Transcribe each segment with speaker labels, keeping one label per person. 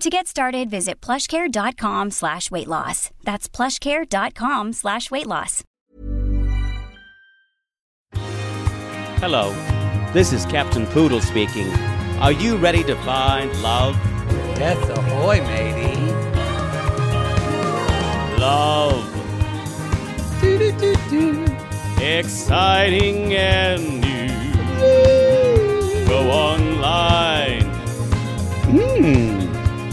Speaker 1: To get started, visit plushcare.com slash weight loss. That's plushcare.com slash weight loss.
Speaker 2: Hello, this is Captain Poodle speaking. Are you ready to find love?
Speaker 3: Death ahoy, matey.
Speaker 2: Love. Exciting and new. Go online.
Speaker 3: Hmm.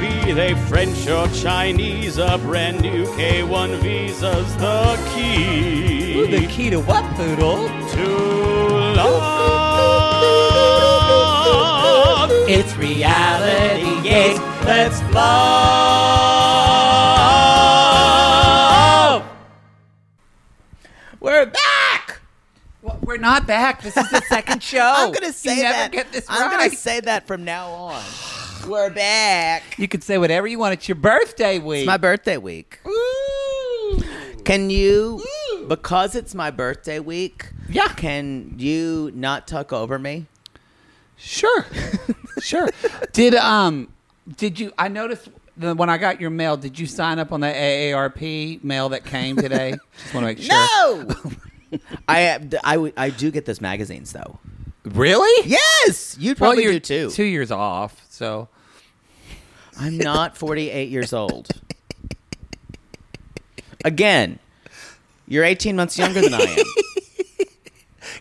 Speaker 2: Be they French or Chinese, a brand new K1 visa's the key
Speaker 3: Ooh, the key to what, Poodle?
Speaker 2: to love.
Speaker 3: It's reality,
Speaker 2: Yes,
Speaker 3: let's
Speaker 2: love.
Speaker 3: We're back!
Speaker 4: Well, we're not back. This is the second show.
Speaker 5: I'm gonna say
Speaker 4: you never
Speaker 5: that.
Speaker 4: Get this
Speaker 5: I'm
Speaker 4: right.
Speaker 5: gonna say that from now on. We're back.
Speaker 4: You can say whatever you want. It's your birthday week.
Speaker 5: It's my birthday week. Can you, because it's my birthday week?
Speaker 4: Yeah.
Speaker 5: Can you not tuck over me?
Speaker 4: sure, sure. Did um, did you? I noticed the, when I got your mail. Did you sign up on the AARP mail that came today? Just want to make sure.
Speaker 5: No. I, I w- I do get those magazines though.
Speaker 4: really?
Speaker 5: Yes, you'd
Speaker 4: Well,
Speaker 5: probably
Speaker 4: you're
Speaker 5: do too.
Speaker 4: Two years off, so
Speaker 5: I'm not 48 years old. Again, you're 18 months younger than I am,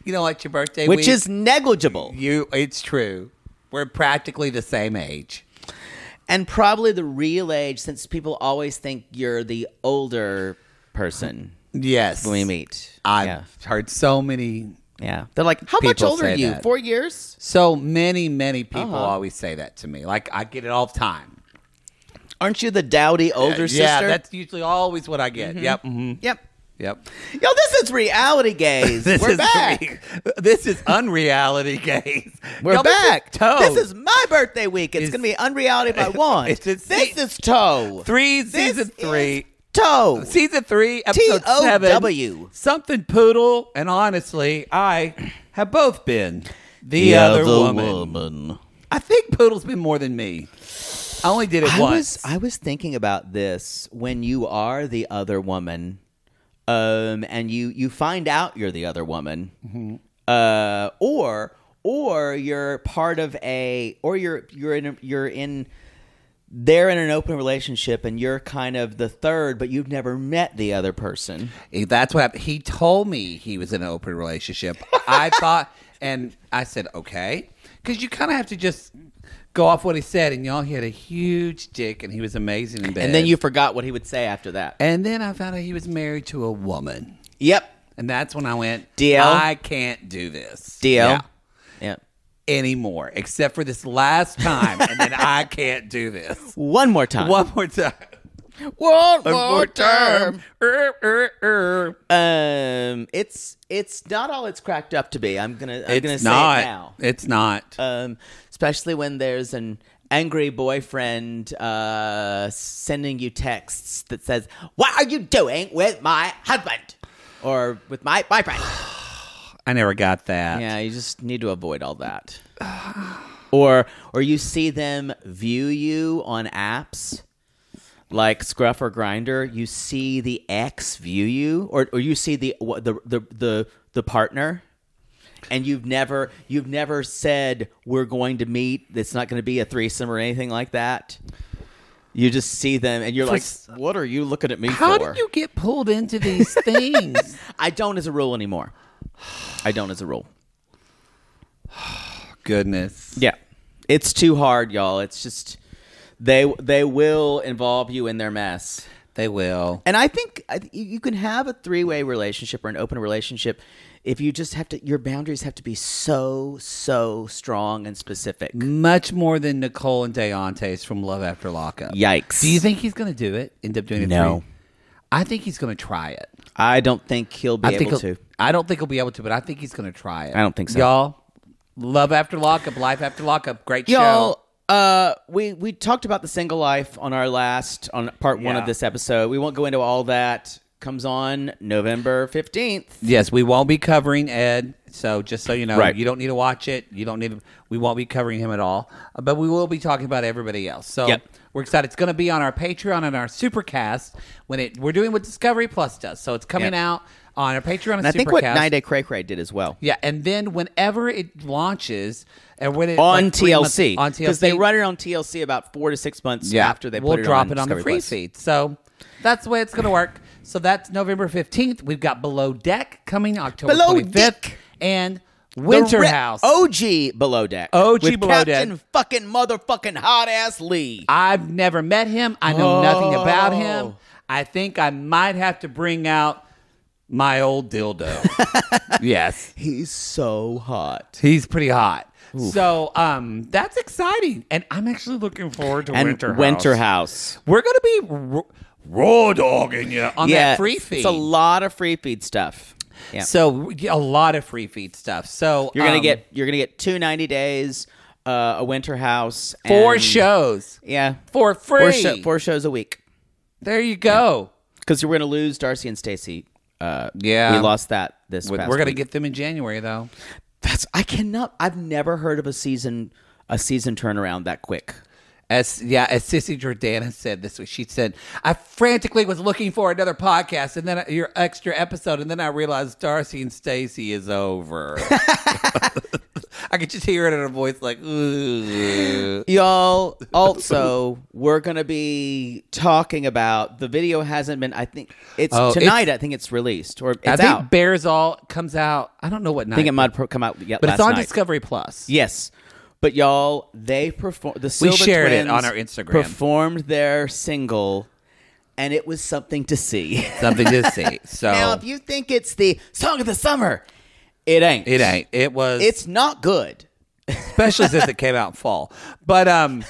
Speaker 4: you know what? Your birthday,
Speaker 5: which
Speaker 4: week,
Speaker 5: is negligible
Speaker 4: you. It's true. We're practically the same age.
Speaker 5: and probably the real age since people always think you're the older person
Speaker 4: Yes,
Speaker 5: when we meet.
Speaker 4: I've
Speaker 5: yeah.
Speaker 4: heard so many
Speaker 5: Yeah. They're like, how much
Speaker 4: People
Speaker 5: older are
Speaker 4: say
Speaker 5: you?
Speaker 4: that.
Speaker 5: Four years?
Speaker 4: So many, many people
Speaker 5: Uh-huh.
Speaker 4: always say that to me. Like I get it all the time. Uh,
Speaker 5: Aren't you the dowdy older sister? Mm-hmm.
Speaker 4: Yeah, that's usually always what I get. Yep. hmm
Speaker 5: yep.
Speaker 4: Yep.
Speaker 5: Yo, this is reality gaze. We're
Speaker 4: is
Speaker 5: back.
Speaker 4: re- this is unreality, guys.
Speaker 5: We're
Speaker 4: Y'all, this is
Speaker 5: back.
Speaker 4: Toe.
Speaker 5: This is my birthday week. It's,
Speaker 4: It's-
Speaker 5: gonna be unreality by one.
Speaker 4: It's- it's-
Speaker 5: this is toe.
Speaker 4: three
Speaker 5: This
Speaker 4: season
Speaker 5: is
Speaker 4: three.
Speaker 5: Toe.
Speaker 4: Season three, episode
Speaker 5: T.O.W..
Speaker 4: seven. Something poodle, and honestly, I have both been the, other, woman. I think poodle's been more than me. I only did it
Speaker 5: I
Speaker 4: once.
Speaker 5: was I was thinking about this when you are the other woman, um, and you you find out you're the other woman,
Speaker 4: Mm-hmm.
Speaker 5: uh, or or you're part of a or you're you're in a, you're in they're in an open relationship and you're kind of the third, but you've never met the other person.
Speaker 4: If That's what happened. He told me he was in an open relationship. I thought, and I said, okay. Because you kind of have to just go off what he said, and y'all, he had a huge dick, and he was amazing in bed.
Speaker 5: And then you forgot what he would say after that.
Speaker 4: And then I found out he was married to a woman.
Speaker 5: Yep.
Speaker 4: And that's when I went,
Speaker 5: Deal.
Speaker 4: I can't do this.
Speaker 5: Deal.
Speaker 4: Yeah.
Speaker 5: Yeah.
Speaker 4: Anymore, except for this last time, and then I can't do this.
Speaker 5: One more time.
Speaker 4: One more time.
Speaker 5: One
Speaker 4: more time. Er, er, er.
Speaker 5: Um, it's it's not all it's cracked up to be. I'm gonna I'm gonna
Speaker 4: It's not.
Speaker 5: say it now.
Speaker 4: It's not.
Speaker 5: Um, especially when there's an angry boyfriend uh, sending you texts that says, "What are you doing with my husband?" or with my boyfriend.
Speaker 4: I never got that.
Speaker 5: yeah, you just need to avoid all that. or or you see them view you on apps like Scruff or Grinder. You see the ex view you, or or you see the wha- the the the, the partner. And you've never you've never said we're going to meet. It's not going to be a threesome or anything like that. You just see them, and you're like, "What are you looking at me
Speaker 4: How
Speaker 5: for?"
Speaker 4: did you get pulled into these things?
Speaker 5: I don't as a rule anymore. I don't as a rule.
Speaker 4: Goodness.
Speaker 5: Yeah. It's too hard, y'all. It's just they they will involve you in their mess.
Speaker 4: They will.
Speaker 5: And I think I th- you you can have a three-way relationship or an open relationship if you just have to your boundaries have to be so so strong and specific.
Speaker 4: Much more than Nicole and Deontay's from Love After Lockup.
Speaker 5: Yikes.
Speaker 4: Do you think he's going to do it? End up doing it?
Speaker 5: No.
Speaker 4: I think he's going to try it.
Speaker 5: I don't think he'll be
Speaker 4: I think
Speaker 5: able
Speaker 4: he'll-
Speaker 5: to.
Speaker 4: I don't think he'll be able to, but I think he's going to try it.
Speaker 5: I don't think so.
Speaker 4: Y'all, Love After Lockup, Life After Lockup, great show.
Speaker 5: Y'all, uh, we we talked about the single life on our last on part one
Speaker 4: Yeah.
Speaker 5: of this episode. We won't go into all that. Comes on November fifteenth.
Speaker 4: Yes, we won't be covering Ed. So just so you know,
Speaker 5: Right.
Speaker 4: you don't need to watch it. You don't need. To, we won't be covering him at all, Uh, but we will be talking about everybody else. So
Speaker 5: Yep.
Speaker 4: we're excited. It's going to be on our Patreon and our Supercast when it. We're doing what Discovery Plus does, so it's coming
Speaker 5: Yeah.
Speaker 4: out on our Patreon and,
Speaker 5: And I think what
Speaker 4: Supercast.
Speaker 5: Nine Day Cray Cray did as well.
Speaker 4: yeah, and then whenever it launches, and when it
Speaker 5: on
Speaker 4: like three months-
Speaker 5: TLC
Speaker 4: on TLC,
Speaker 5: because they run it on TLC about four to six months
Speaker 4: yeah,
Speaker 5: after they
Speaker 4: we'll
Speaker 5: put it
Speaker 4: drop
Speaker 5: on
Speaker 4: it on the
Speaker 5: Discovery
Speaker 4: free
Speaker 5: Plus.
Speaker 4: feed. So that's the way it's going to work. So that's November fifteenth. We've got Below Deck coming October
Speaker 5: Below
Speaker 4: twenty fifth,
Speaker 5: Deck.
Speaker 4: and
Speaker 5: The Oh! re-
Speaker 4: Winter House.
Speaker 5: OG Below Deck.
Speaker 4: OG
Speaker 5: with
Speaker 4: Below
Speaker 5: Captain
Speaker 4: Deck.
Speaker 5: fucking motherfucking hot ass Lee.
Speaker 4: I've never met him. I know nothing about him.
Speaker 5: Oh.
Speaker 4: I think I might have to bring out my old dildo. yes,
Speaker 5: He's so hot.
Speaker 4: he's pretty hot. So um, that's exciting, and I'm actually looking forward to
Speaker 5: And
Speaker 4: Winter House.
Speaker 5: House.
Speaker 4: We're gonna be r- raw dogging you on
Speaker 5: yeah,
Speaker 4: that free feed.
Speaker 5: It's a lot of free feed stuff. Yeah.
Speaker 4: So a lot of free feed stuff. So
Speaker 5: you're gonna
Speaker 4: um,
Speaker 5: get you're gonna get two ninety days, uh, a Winter House,
Speaker 4: four
Speaker 5: and-
Speaker 4: shows
Speaker 5: Yeah,
Speaker 4: for free.
Speaker 5: four, sho- four shows a week.
Speaker 4: There you go.
Speaker 5: Because we're gonna lose Darcy and Stacy. Uh,
Speaker 4: Yeah.
Speaker 5: we lost that this.
Speaker 4: Um, We're
Speaker 5: past
Speaker 4: gonna
Speaker 5: week.
Speaker 4: get them in January though.
Speaker 5: That's I cannot. I've never heard of a season a season turnaround that quick.
Speaker 4: As yeah, as Sissy Jordana said this week, she said, "I frantically was looking for another podcast, and then your extra episode, and then I realized Darcy and Stacy is over." I could just hear it in her voice, like, "Ooh."
Speaker 5: Y'all, also, we're gonna be talking about the video hasn't been. I think it's
Speaker 4: Oh,
Speaker 5: tonight.
Speaker 4: it's-
Speaker 5: I think it's released or it's
Speaker 4: I
Speaker 5: out.
Speaker 4: think Bears All comes out. I don't know what night.
Speaker 5: I think it might pro- come out. Yeah,
Speaker 4: but it's
Speaker 5: last
Speaker 4: on
Speaker 5: night.
Speaker 4: Discovery Plus.
Speaker 5: Yes, but y'all, they perform. The Silva
Speaker 4: shared it
Speaker 5: twins
Speaker 4: on our Instagram.
Speaker 5: Performed their single, and it was something to see.
Speaker 4: something to see. So
Speaker 5: Now, if you think it's the song of the summer, it ain't.
Speaker 4: it ain't. It was
Speaker 5: It's not good.
Speaker 4: especially since it came out in fall. But um,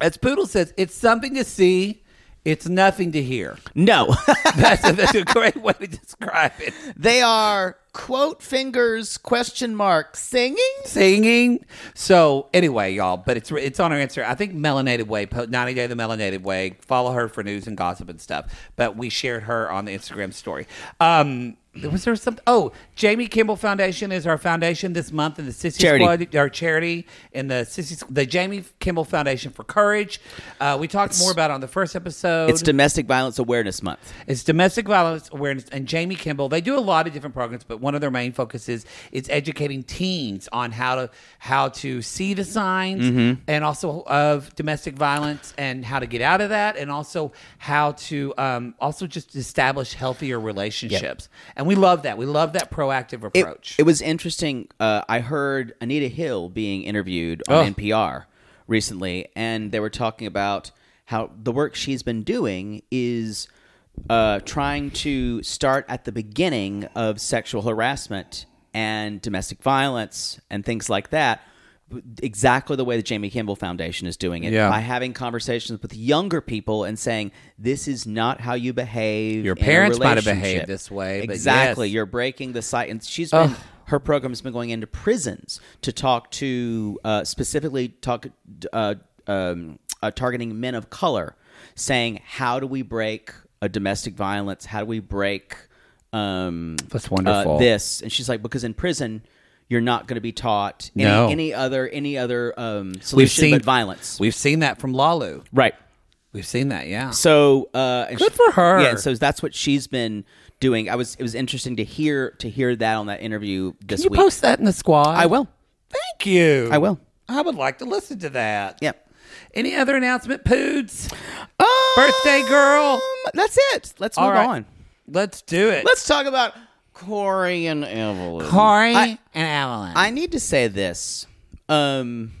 Speaker 4: as Poodle says, it's something to see. It's nothing to hear.
Speaker 5: No.
Speaker 4: That's a, that's a great way to describe it.
Speaker 5: They are quote fingers question mark singing.
Speaker 4: Singing. So anyway, y'all, but it's it's on our Instagram. I think Melanated Way, po- 90 Day the Melanated Way. Follow her for news and gossip and stuff. But we shared her on the Instagram story. Um, was there something? Oh, Jamie Kimball Foundation is our foundation this month, and the Sissy
Speaker 5: Charity.
Speaker 4: Squad, our charity, and the Sissy, the Jamie Kimball Foundation for Courage. Uh, we talked more about it on the first episode.
Speaker 5: It's Domestic Violence Awareness Month.
Speaker 4: It's domestic violence awareness and Jamie Kimball. They do a lot of different programs, but one of their main focuses is educating teens on how to how to see the signs
Speaker 5: Mm-hmm.
Speaker 4: and also of domestic violence and how to get out of that, and also how to um, also just establish healthier relationships. And we love that. We love that proactive
Speaker 5: It,
Speaker 4: approach.
Speaker 5: it was interesting. Uh, I heard Anita Hill being interviewed
Speaker 4: Oh.
Speaker 5: on NPR recently, and they were talking about how the work she's been doing is uh, trying to start at the beginning of sexual harassment and domestic violence and things like that. Exactly the way the Jamie Kimball Foundation is doing it
Speaker 4: Yeah.
Speaker 5: by having conversations with younger people and saying this is not how you behave.
Speaker 4: Your
Speaker 5: in a
Speaker 4: parents might have
Speaker 5: relationship."
Speaker 4: behaved this way, but
Speaker 5: Exactly,
Speaker 4: yes.
Speaker 5: you're breaking the site and she's been her program's been going into prisons to talk to uh, specifically talk uh, um, uh, targeting men of color saying how do we break a domestic violence how do we break um,
Speaker 4: That's
Speaker 5: uh,
Speaker 4: wonderful.
Speaker 5: this and she's like because in prison you're You're not going to be taught any,
Speaker 4: No.
Speaker 5: any other any other um, solution
Speaker 4: We've seen
Speaker 5: but violence.
Speaker 4: We've seen that from Lalu.
Speaker 5: right.
Speaker 4: We've seen that. Yeah.
Speaker 5: So uh, and
Speaker 4: Good
Speaker 5: she-
Speaker 4: for her.
Speaker 5: Yeah. So that's what she's been doing. I was. It was interesting to hear to hear that on that interview this
Speaker 4: Can you
Speaker 5: week.
Speaker 4: post that in the squad?
Speaker 5: I will.
Speaker 4: Thank you.
Speaker 5: I will.
Speaker 4: I would like to listen to that.
Speaker 5: Yep.
Speaker 4: Any other announcement, Poods? Birthday girl.
Speaker 5: Um, That's it. Let's
Speaker 4: All
Speaker 5: move
Speaker 4: right.
Speaker 5: on.
Speaker 4: Let's do it.
Speaker 5: Let's talk about Corey and Evelyn.
Speaker 4: Corey
Speaker 5: I-
Speaker 4: and Avalon.
Speaker 5: I need to say this. Um,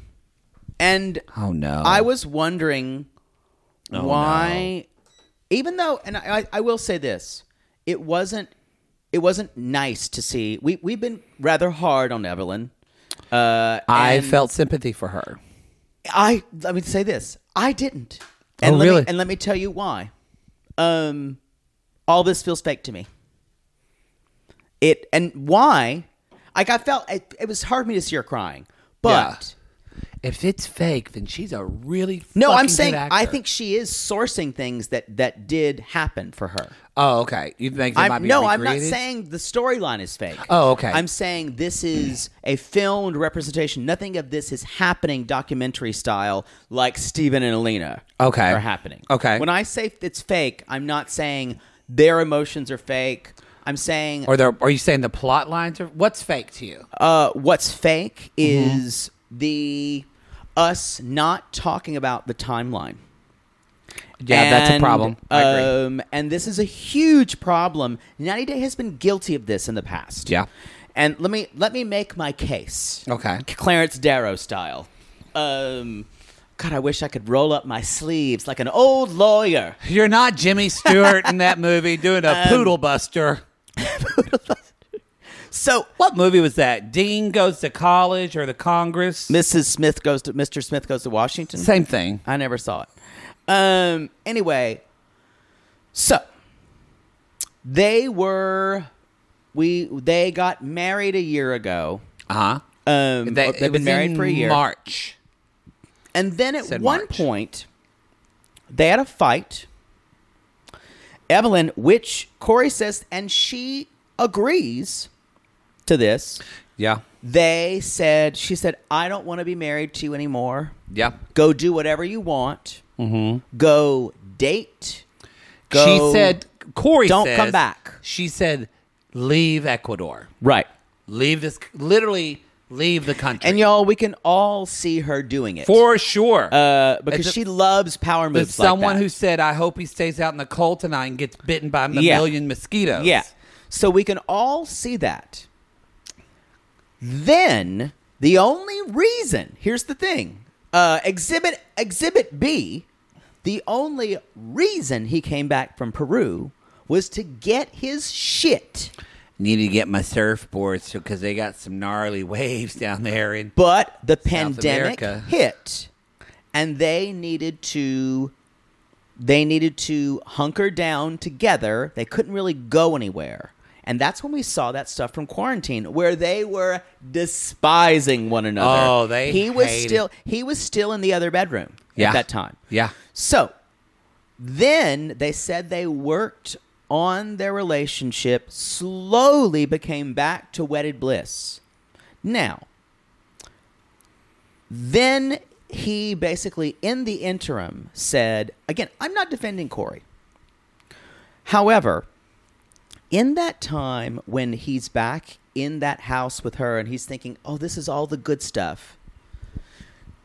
Speaker 5: and
Speaker 4: oh no.
Speaker 5: I was wondering
Speaker 4: Oh,
Speaker 5: why, even though, and I, I, I will say this, it wasn't, it wasn't nice to see. We we've been rather hard on Evelyn. Uh,
Speaker 4: I
Speaker 5: and
Speaker 4: felt sympathy for her.
Speaker 5: I let me say this. I didn't. And
Speaker 4: Oh,
Speaker 5: let me-
Speaker 4: really?
Speaker 5: and let me tell you why. Um, all this feels fake to me. It and why? Like I felt it, it was hard for me to see her crying, but.
Speaker 4: Yeah. If it's fake, then she's a really
Speaker 5: No,
Speaker 4: fucking
Speaker 5: I'm
Speaker 4: good
Speaker 5: saying I
Speaker 4: actor.
Speaker 5: think she is sourcing things that that did happen for her.
Speaker 4: Oh, okay. You think they might
Speaker 5: I'm,
Speaker 4: be
Speaker 5: no, I'm not
Speaker 4: recreated?
Speaker 5: saying the storyline is fake.
Speaker 4: Oh, okay.
Speaker 5: I'm saying this is a filmed representation. Nothing of this is happening documentary style, like Stephen and Elena.
Speaker 4: Okay.
Speaker 5: are happening.
Speaker 4: Okay.
Speaker 5: When I say it's fake, I'm not saying their emotions are fake. I'm saying
Speaker 4: Or there, are you saying the plot lines are what's fake to you?
Speaker 5: uh, what's fake
Speaker 4: Mm-hmm.
Speaker 5: is the us not talking about the timeline.
Speaker 4: Yeah, that's a
Speaker 5: And,
Speaker 4: problem. I agree.
Speaker 5: Um, and this is a huge problem. 90 Day has been guilty of this in the past.
Speaker 4: Yeah.
Speaker 5: And let me let me make my case.
Speaker 4: Okay.
Speaker 5: Clarence Darrow style. Um, God, I wish I could roll up my sleeves like an old lawyer.
Speaker 4: You're not Jimmy Stewart in that movie doing a poodle buster.
Speaker 5: So
Speaker 4: What movie was that? Dean goes to college or the Congress?
Speaker 5: Mrs. Smith goes to Mr. Smith goes to Washington.
Speaker 4: Same thing.
Speaker 5: I never saw it. Um. Anyway, so they were we they got married a year ago.
Speaker 4: Uh huh.
Speaker 5: Um,
Speaker 4: They,
Speaker 5: they've been married for a year.
Speaker 4: March.
Speaker 5: And then at
Speaker 4: Said
Speaker 5: one
Speaker 4: March.
Speaker 5: point, they had a fight. Evelyn, which Corey says, and she agrees to this.
Speaker 4: Yeah.
Speaker 5: They said, she said, I don't want to be married to you anymore.
Speaker 4: Yeah.
Speaker 5: Go do whatever you want. Mm-hmm. Go date. Go.
Speaker 4: she said, Corey
Speaker 5: Don't
Speaker 4: says-
Speaker 5: come back.
Speaker 4: She said, leave Ecuador.
Speaker 5: Right.
Speaker 4: Leave this, literally leave the country.
Speaker 5: And y'all, we can all see her doing it.
Speaker 4: For sure.
Speaker 5: uh, because
Speaker 4: It's a-
Speaker 5: she loves power
Speaker 4: There's
Speaker 5: moves. like
Speaker 4: someone
Speaker 5: that.
Speaker 4: who said, I hope he stays out in the cold tonight and gets bitten by a
Speaker 5: Yeah.
Speaker 4: million mosquitoes.
Speaker 5: Yeah. So we can all see that. Then the only reason, here's the thing. Uh, exhibit exhibit B, the only reason he came back from Peru was to get his shit.
Speaker 4: Need to get my surfboard because they got some gnarly waves down there. And
Speaker 5: But the pandemic
Speaker 4: America.
Speaker 5: hit and they needed to they needed to hunker down together. They couldn't really go anywhere. And that's when we saw that stuff from quarantine where they were despising one another.
Speaker 4: Oh, they
Speaker 5: He was
Speaker 4: hated-
Speaker 5: still he was still in the other bedroom
Speaker 4: Yeah.
Speaker 5: at that time.
Speaker 4: Yeah.
Speaker 5: So then they said they worked on their relationship, slowly became back to wedded bliss. Now, then he basically, in the interim, said, again, I'm not defending Corey. However, in that time when he's back in that house with her and he's thinking, oh, this is all the good stuff,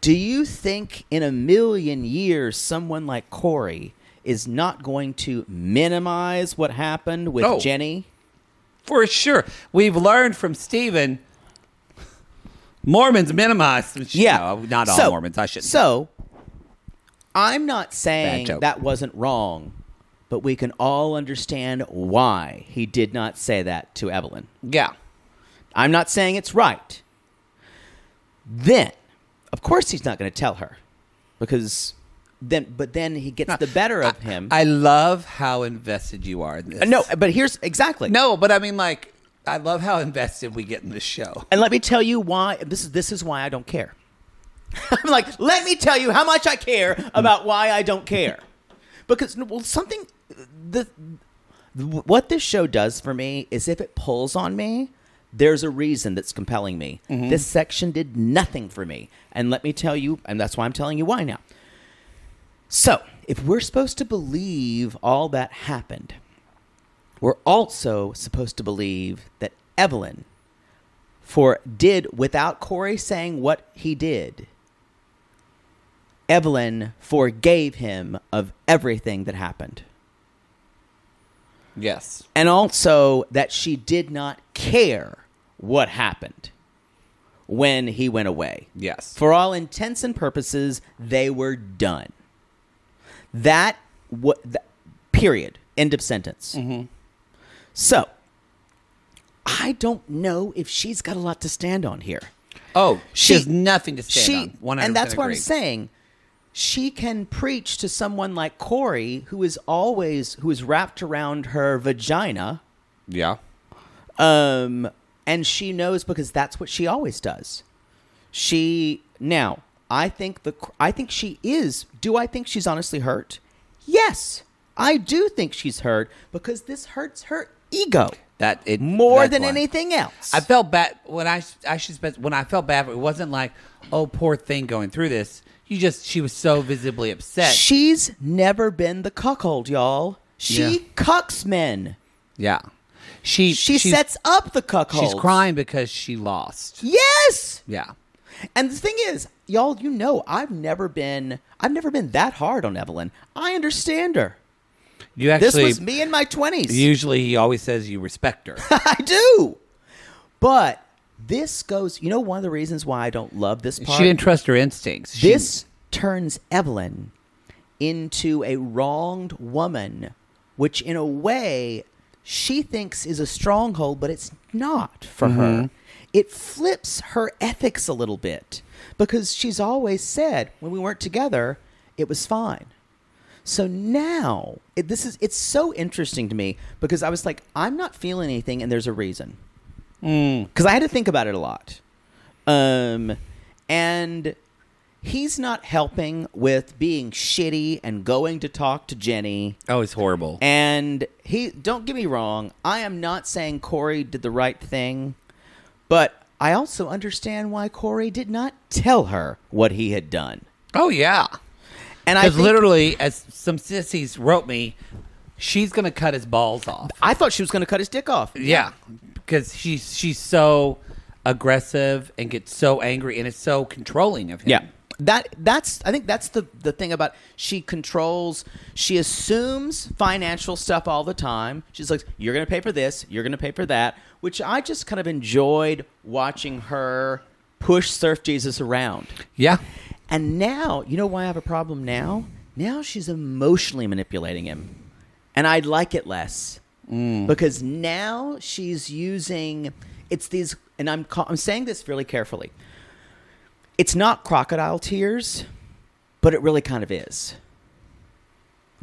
Speaker 5: do you think in a million years someone like Corey is not going to minimize what happened with
Speaker 4: No.
Speaker 5: Jenny?
Speaker 4: For sure. We've learned from Stephen. Mormons minimize some shit.
Speaker 5: Yeah,
Speaker 4: No, not all
Speaker 5: So-
Speaker 4: Mormons. I shouldn't.
Speaker 5: So, I'm not saying
Speaker 4: joke.
Speaker 5: that wasn't wrong, but we can all understand why he did not say that to Evelyn.
Speaker 4: yeah.
Speaker 5: I'm not saying it's right. Then, of course, he's not going to tell her because then, but then he gets the better of him.
Speaker 4: I love how invested you are in this.
Speaker 5: no, but here's exactly
Speaker 4: No, but I mean, like, I love how invested we get in this show.
Speaker 5: And let me tell you why this is this is why I don't care. I'm like, let me tell you how much I care about why I don't care. Because well something the what this show does for me is if it pulls on me, There's a reason that's compelling me. This section did nothing for me. And let me tell you, and that's why I'm telling you why now. So, if we're supposed to believe all that happened, we're also supposed to believe that Evelyn for did without Corey saying what he did. Evelyn forgave him of everything that happened.
Speaker 4: Yes.
Speaker 5: And also that she did not care what happened when he went away.
Speaker 4: Yes.
Speaker 5: For all intents and purposes, they were done. That what th- period. End of sentence. So I don't know if she's got a lot to stand on here.
Speaker 4: Oh, she,
Speaker 5: She-
Speaker 4: has nothing to stand
Speaker 5: she,
Speaker 4: on. 100
Speaker 5: And that's what I'm
Speaker 4: agree.
Speaker 5: saying. She can preach to someone like Corey, who is always who is wrapped around her vagina,
Speaker 4: Yeah.
Speaker 5: um, and she knows because that's what she always does. She now, I think the I think she is. Do I think she's honestly hurt? Yes, I do think she's hurt because this hurts her ego
Speaker 4: That it
Speaker 5: more
Speaker 4: that's
Speaker 5: than
Speaker 4: why.
Speaker 5: anything else.
Speaker 4: I felt bad when I I should spend, when I felt bad. for It wasn't like oh poor thing going through this. You just she was so visibly upset.
Speaker 5: She's never been the cuckold, y'all. She
Speaker 4: Yeah.
Speaker 5: cucks men.
Speaker 4: yeah. She
Speaker 5: She
Speaker 4: she's-
Speaker 5: sets up the cuckold.
Speaker 4: She's crying because she lost.
Speaker 5: Yes.
Speaker 4: Yeah.
Speaker 5: And the thing is, y'all, you know, I've never been, I've never been that hard on Evelyn. I understand her.
Speaker 4: You actually
Speaker 5: this was me in my twenties.
Speaker 4: Usually he always says you respect her.
Speaker 5: I do. But this goes. You know, one of the reasons why I don't love this part.
Speaker 4: she didn't trust her instincts. She-
Speaker 5: This turns Evelyn into a wronged woman, which in a way she thinks is a stronghold, but it's not for her. It flips her ethics a little bit because she's always said when we weren't together, it was fine. So now it, this is it's so interesting to me because I was like I'm not feeling anything and there's a reason. Cuz I had to think about it a lot. Um and he's not helping with being shitty and going to talk to Jenny.
Speaker 4: oh, it's horrible.
Speaker 5: And he, don't get me wrong, I am not saying Corey did the right thing, but I also understand why Corey did not tell her what he had done.
Speaker 4: oh yeah.
Speaker 5: And I
Speaker 4: Because
Speaker 5: think-
Speaker 4: literally, as some sissies wrote me, she's gonna cut his balls off.
Speaker 5: I thought she was going to cut his dick off.
Speaker 4: Yeah, because she's she's so aggressive and gets so angry, and it's so controlling of him.
Speaker 5: Yeah. That that's I think that's the the thing about she controls she assumes financial stuff all the time. She's like you're going to pay for this, you're going to pay for that, which I just kind of enjoyed watching her push Surf Jesus around.
Speaker 4: yeah.
Speaker 5: And now, you know why I have a problem now? Now she's emotionally manipulating him. And I'd like it less.
Speaker 4: Mm.
Speaker 5: Because now she's using it's these and I'm ca- I'm saying this really carefully. It's not crocodile tears, but it really kind of is.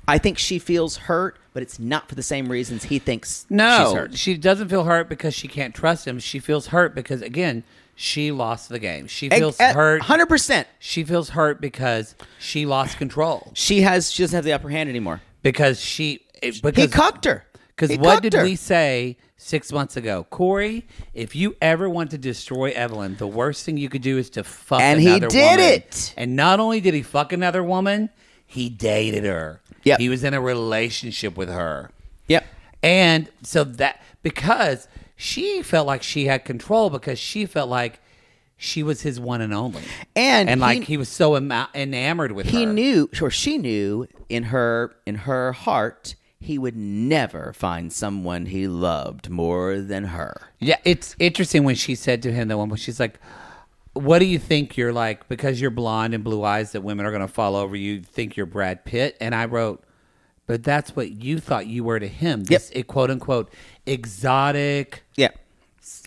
Speaker 5: I think she feels hurt, but it's not for the same reasons he thinks she's
Speaker 4: No,
Speaker 5: hurt.
Speaker 4: she doesn't feel hurt because she can't trust him. She feels hurt because again, she lost the game. She feels hurt.
Speaker 5: Hundred percent.
Speaker 4: She feels hurt because she lost control.
Speaker 5: She has she doesn't have the upper hand anymore.
Speaker 4: Because she it- because
Speaker 5: he cucked her.
Speaker 4: Because
Speaker 5: He
Speaker 4: what
Speaker 5: cucked
Speaker 4: did
Speaker 5: her.
Speaker 4: we say six months ago, Corey? If you ever want to destroy Evelyn, the worst thing you could do is to fuck.
Speaker 5: And he
Speaker 4: another
Speaker 5: did
Speaker 4: woman.
Speaker 5: it.
Speaker 4: And not only did he fuck another woman, he dated her.
Speaker 5: Yep.
Speaker 4: he was in a relationship with her.
Speaker 5: Yep.
Speaker 4: And so that because she felt like she had control because she felt like she was his one and only.
Speaker 5: And
Speaker 4: and
Speaker 5: he-
Speaker 4: like he was so ema- enamored with
Speaker 5: he
Speaker 4: her.
Speaker 5: knew or she knew in her in her heart he would never find someone he loved more than her
Speaker 4: Yeah, it's interesting when she said to him the one when she's like, "What do you think you're like? Because you're blonde and blue eyes, that women are going to fall over you. You Think you're Brad Pitt?" And I wrote, "But that's what you thought you were to him. This eh, quote unquote exotic,
Speaker 5: yeah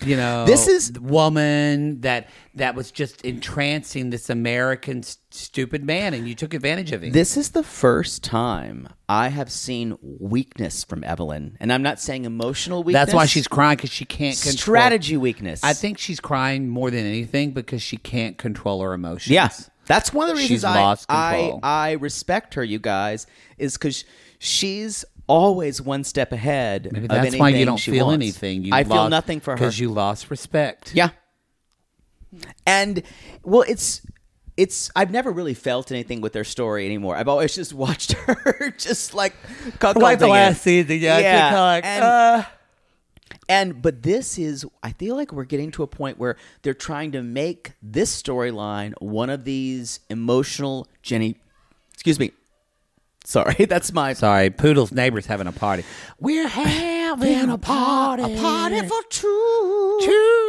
Speaker 4: you know,
Speaker 5: This is-
Speaker 4: woman that that was just entrancing this American s- stupid man, and you took advantage of him.
Speaker 5: this is the first time i have seen weakness from evelyn and i'm not saying emotional weakness
Speaker 4: that's why she's crying because she can't control
Speaker 5: strategy weakness
Speaker 4: I think she's crying more than anything because she can't control her emotions.
Speaker 5: yes that's one of the reasons
Speaker 4: She's
Speaker 5: I,
Speaker 4: lost
Speaker 5: I
Speaker 4: control.
Speaker 5: i respect her you guys is because she's always one step ahead.
Speaker 4: Maybe
Speaker 5: of
Speaker 4: that's why you
Speaker 5: anything
Speaker 4: don't
Speaker 5: she
Speaker 4: feel
Speaker 5: wants.
Speaker 4: anything. You
Speaker 5: I feel nothing for her
Speaker 4: because you lost respect.
Speaker 5: Yeah. And well, it's it's I've never really felt anything with their story anymore. I've always just watched her just like cuckolding
Speaker 4: Like the last
Speaker 5: it.
Speaker 4: season, yeah, I
Speaker 5: yeah.
Speaker 4: think, like, uh.
Speaker 5: and, and but this is I feel like we're getting to a point where they're trying to make this storyline one of these emotional Jenny. Excuse me. Sorry, that's my
Speaker 4: Sorry, Poodle's neighbor's having a party. We're having a party. A party for two. Two.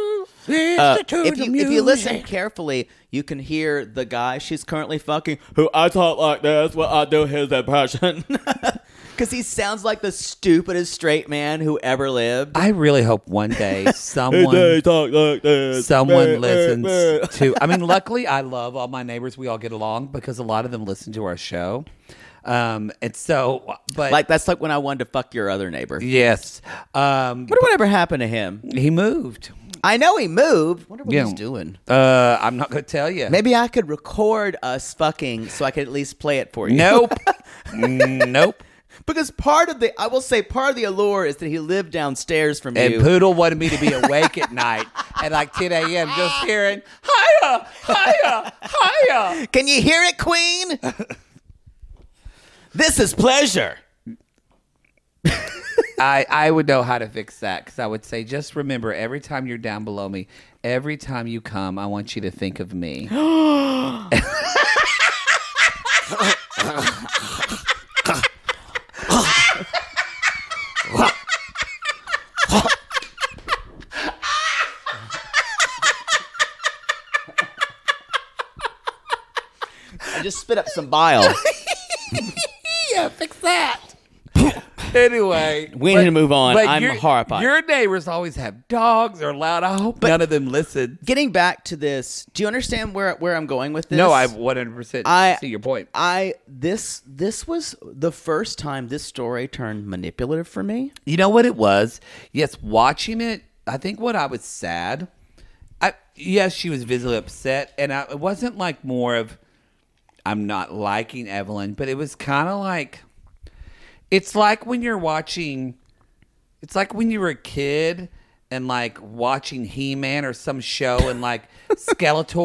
Speaker 5: Uh, if you if you listen carefully, you can hear the guy she's currently fucking, who I talk like this when I do his impression, because he sounds like the stupidest straight man who ever lived.
Speaker 4: I really hope one day someone
Speaker 5: They talk like this.
Speaker 4: someone listens to. I mean, luckily, I love all my neighbors. We all get along because a lot of them listen to our show. Um, and so, but
Speaker 5: Like that's like when I wanted to fuck your other neighbor.
Speaker 4: yes, um,
Speaker 5: Wonder what ever happened to him.
Speaker 4: he moved.
Speaker 5: I know he moved. Wonder what
Speaker 4: Yeah.
Speaker 5: he's doing.
Speaker 4: Uh, I'm not going to tell you.
Speaker 5: Maybe I could record us fucking so I could at least play it for you.
Speaker 4: Nope. nope.
Speaker 5: because part of the I will say part of the allure is that he lived downstairs from
Speaker 4: And
Speaker 5: you.
Speaker 4: Poodle wanted me to be awake at night at like 10 a.m. just hearing, hiya, hiya, hiya.
Speaker 5: Can you hear it, Queen? this is pleasure.
Speaker 4: I, I would know how to fix that because I would say, just remember every time you're down below me, every time you come, I want you to think of me.
Speaker 5: I just spit up some bile.
Speaker 4: anyway.
Speaker 5: We need to move on. I'm
Speaker 4: your-
Speaker 5: horrified.
Speaker 4: Your neighbors always have dogs or loud. I hope none of them listen.
Speaker 5: Getting back to this, do you understand where where I'm going with this?
Speaker 4: no, I 100%
Speaker 5: I-
Speaker 4: see your point.
Speaker 5: I this this was the first time this story turned manipulative for me.
Speaker 4: You know what it was? Yes, watching it, I think what I was sad. I yes, she was visibly upset, and I, it wasn't like more of I'm not liking Evelyn, but it was kind of like it's like when you're watching. It's like when you were a kid and like watching He Man or some show and like Skeletor,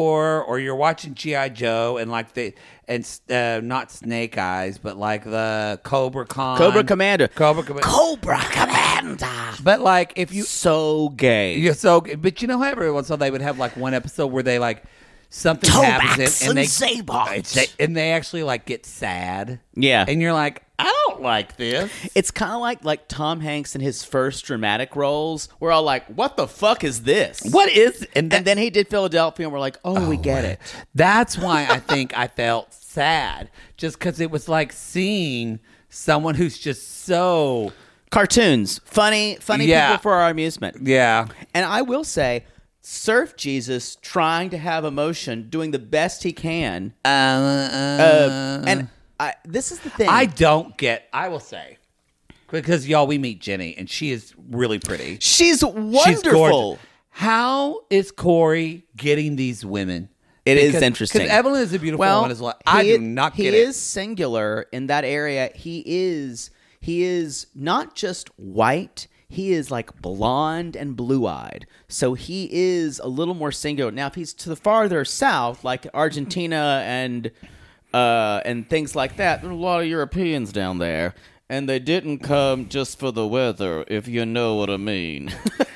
Speaker 4: or you're watching GI Joe and like the and uh, not Snake Eyes, but like the Cobra Khan,
Speaker 5: Cobra Commander.
Speaker 4: Cobra Commander.
Speaker 5: Cobra Commander.
Speaker 4: But like, if you
Speaker 5: So gay.
Speaker 4: you're so, but you know how every once in a while they would have like one episode where they like something
Speaker 5: Tobax
Speaker 4: happens and,
Speaker 5: and
Speaker 4: they
Speaker 5: Zabots.
Speaker 4: they- and they actually like get sad.
Speaker 5: Yeah.
Speaker 4: and you're like, I don't like this.
Speaker 5: It's kind of like like Tom Hanks in his first dramatic roles. We're all like, "What the fuck is this?"
Speaker 4: What is and,
Speaker 5: And
Speaker 4: that-
Speaker 5: then he did Philadelphia, and we're like, "Oh, we get it."
Speaker 4: that's why I think I felt sad, just because it was like seeing someone who's just so
Speaker 5: Cartoons, funny, funny
Speaker 4: Yeah.
Speaker 5: people for our amusement.
Speaker 4: yeah.
Speaker 5: And I will say, Surf Jesus trying to have emotion, doing the best he can,
Speaker 4: Uh,
Speaker 5: uh, and I, this is the thing.
Speaker 4: I don't get. I will say because y'all, we meet Jenny, and she is really pretty.
Speaker 5: she's
Speaker 4: She's
Speaker 5: wonderful.
Speaker 4: gorgeous. How is Corey getting these women?
Speaker 5: It is
Speaker 4: Because-
Speaker 5: interesting.
Speaker 4: Because Evelyn is a beautiful
Speaker 5: well,
Speaker 4: woman as well. I
Speaker 5: he-
Speaker 4: do not
Speaker 5: He
Speaker 4: get
Speaker 5: is
Speaker 4: it.
Speaker 5: singular in that area. He is he is not just white. He is like blonde and blue eyed. So he is a little more singular. Now, if he's to the farther south, like Argentina and uh, and things like that, there are a lot of Europeans down there. And they didn't come just for the weather, if you know what I mean.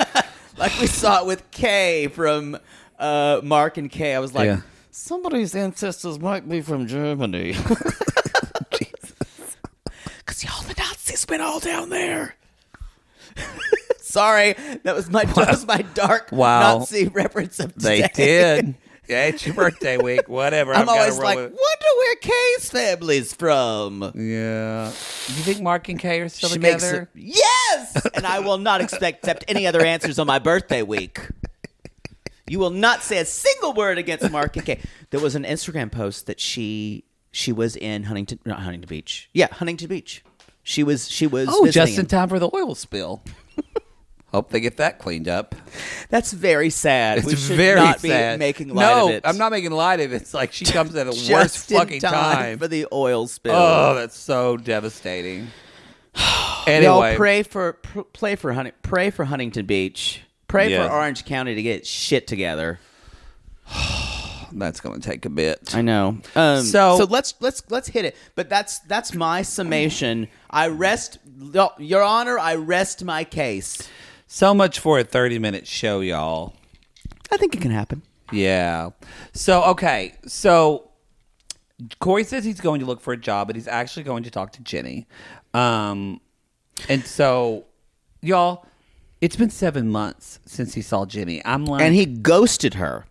Speaker 5: like we saw it with Kay from uh, Mark and Kay. I was like,
Speaker 4: Yeah.
Speaker 5: somebody's ancestors might be from Germany. Because y'all, the Nazis went all down there. Sorry, that was my that was my dark
Speaker 4: Wow.
Speaker 5: Nazi reference of today.
Speaker 4: They did. Yeah, it's your birthday week. Whatever.
Speaker 5: I'm
Speaker 4: I've gotta
Speaker 5: always
Speaker 4: roll
Speaker 5: like,
Speaker 4: with it.
Speaker 5: wonder where Kay's family's from.
Speaker 4: Yeah. You think Mark and Kay are still
Speaker 5: she makes
Speaker 4: together?
Speaker 5: it, yes, and I will not expect accept any other answers on my birthday week. You will not say a single word against Mark and Kay. There was an Instagram post that she she was in Huntington, not Huntington Beach. Yeah, Huntington Beach. She was she was.
Speaker 4: oh,
Speaker 5: visiting
Speaker 4: just in
Speaker 5: him.
Speaker 4: time for the oil spill. Hope they get that cleaned up.
Speaker 5: That's very sad.
Speaker 4: It's
Speaker 5: we should
Speaker 4: very
Speaker 5: not
Speaker 4: sad.
Speaker 5: be making light
Speaker 4: no,
Speaker 5: of it.
Speaker 4: I'm not making light of it. It's like she comes at the
Speaker 5: Just
Speaker 4: worst
Speaker 5: in
Speaker 4: fucking time.
Speaker 5: for the oil spill.
Speaker 4: oh, that's so devastating. Anyway,
Speaker 5: Y'all pray for pr- play for Hunting, pray for Huntington Beach. Pray
Speaker 4: Yeah.
Speaker 5: for Orange County to get its shit together.
Speaker 4: that's going to take a bit.
Speaker 5: I know. Um,
Speaker 4: So-
Speaker 5: so let's let's let's hit it. But that's that's my summation. I rest, Your Honor. I rest my case.
Speaker 4: So much for a 30 minute show, y'all.
Speaker 5: I think it can happen.
Speaker 4: Yeah. So, okay. So, Corey says he's going to look for a job, but he's actually going to talk to Jenny. Um, and so, y'all, it's been seven months since he saw Jenny. I'm like,
Speaker 5: And he ghosted her.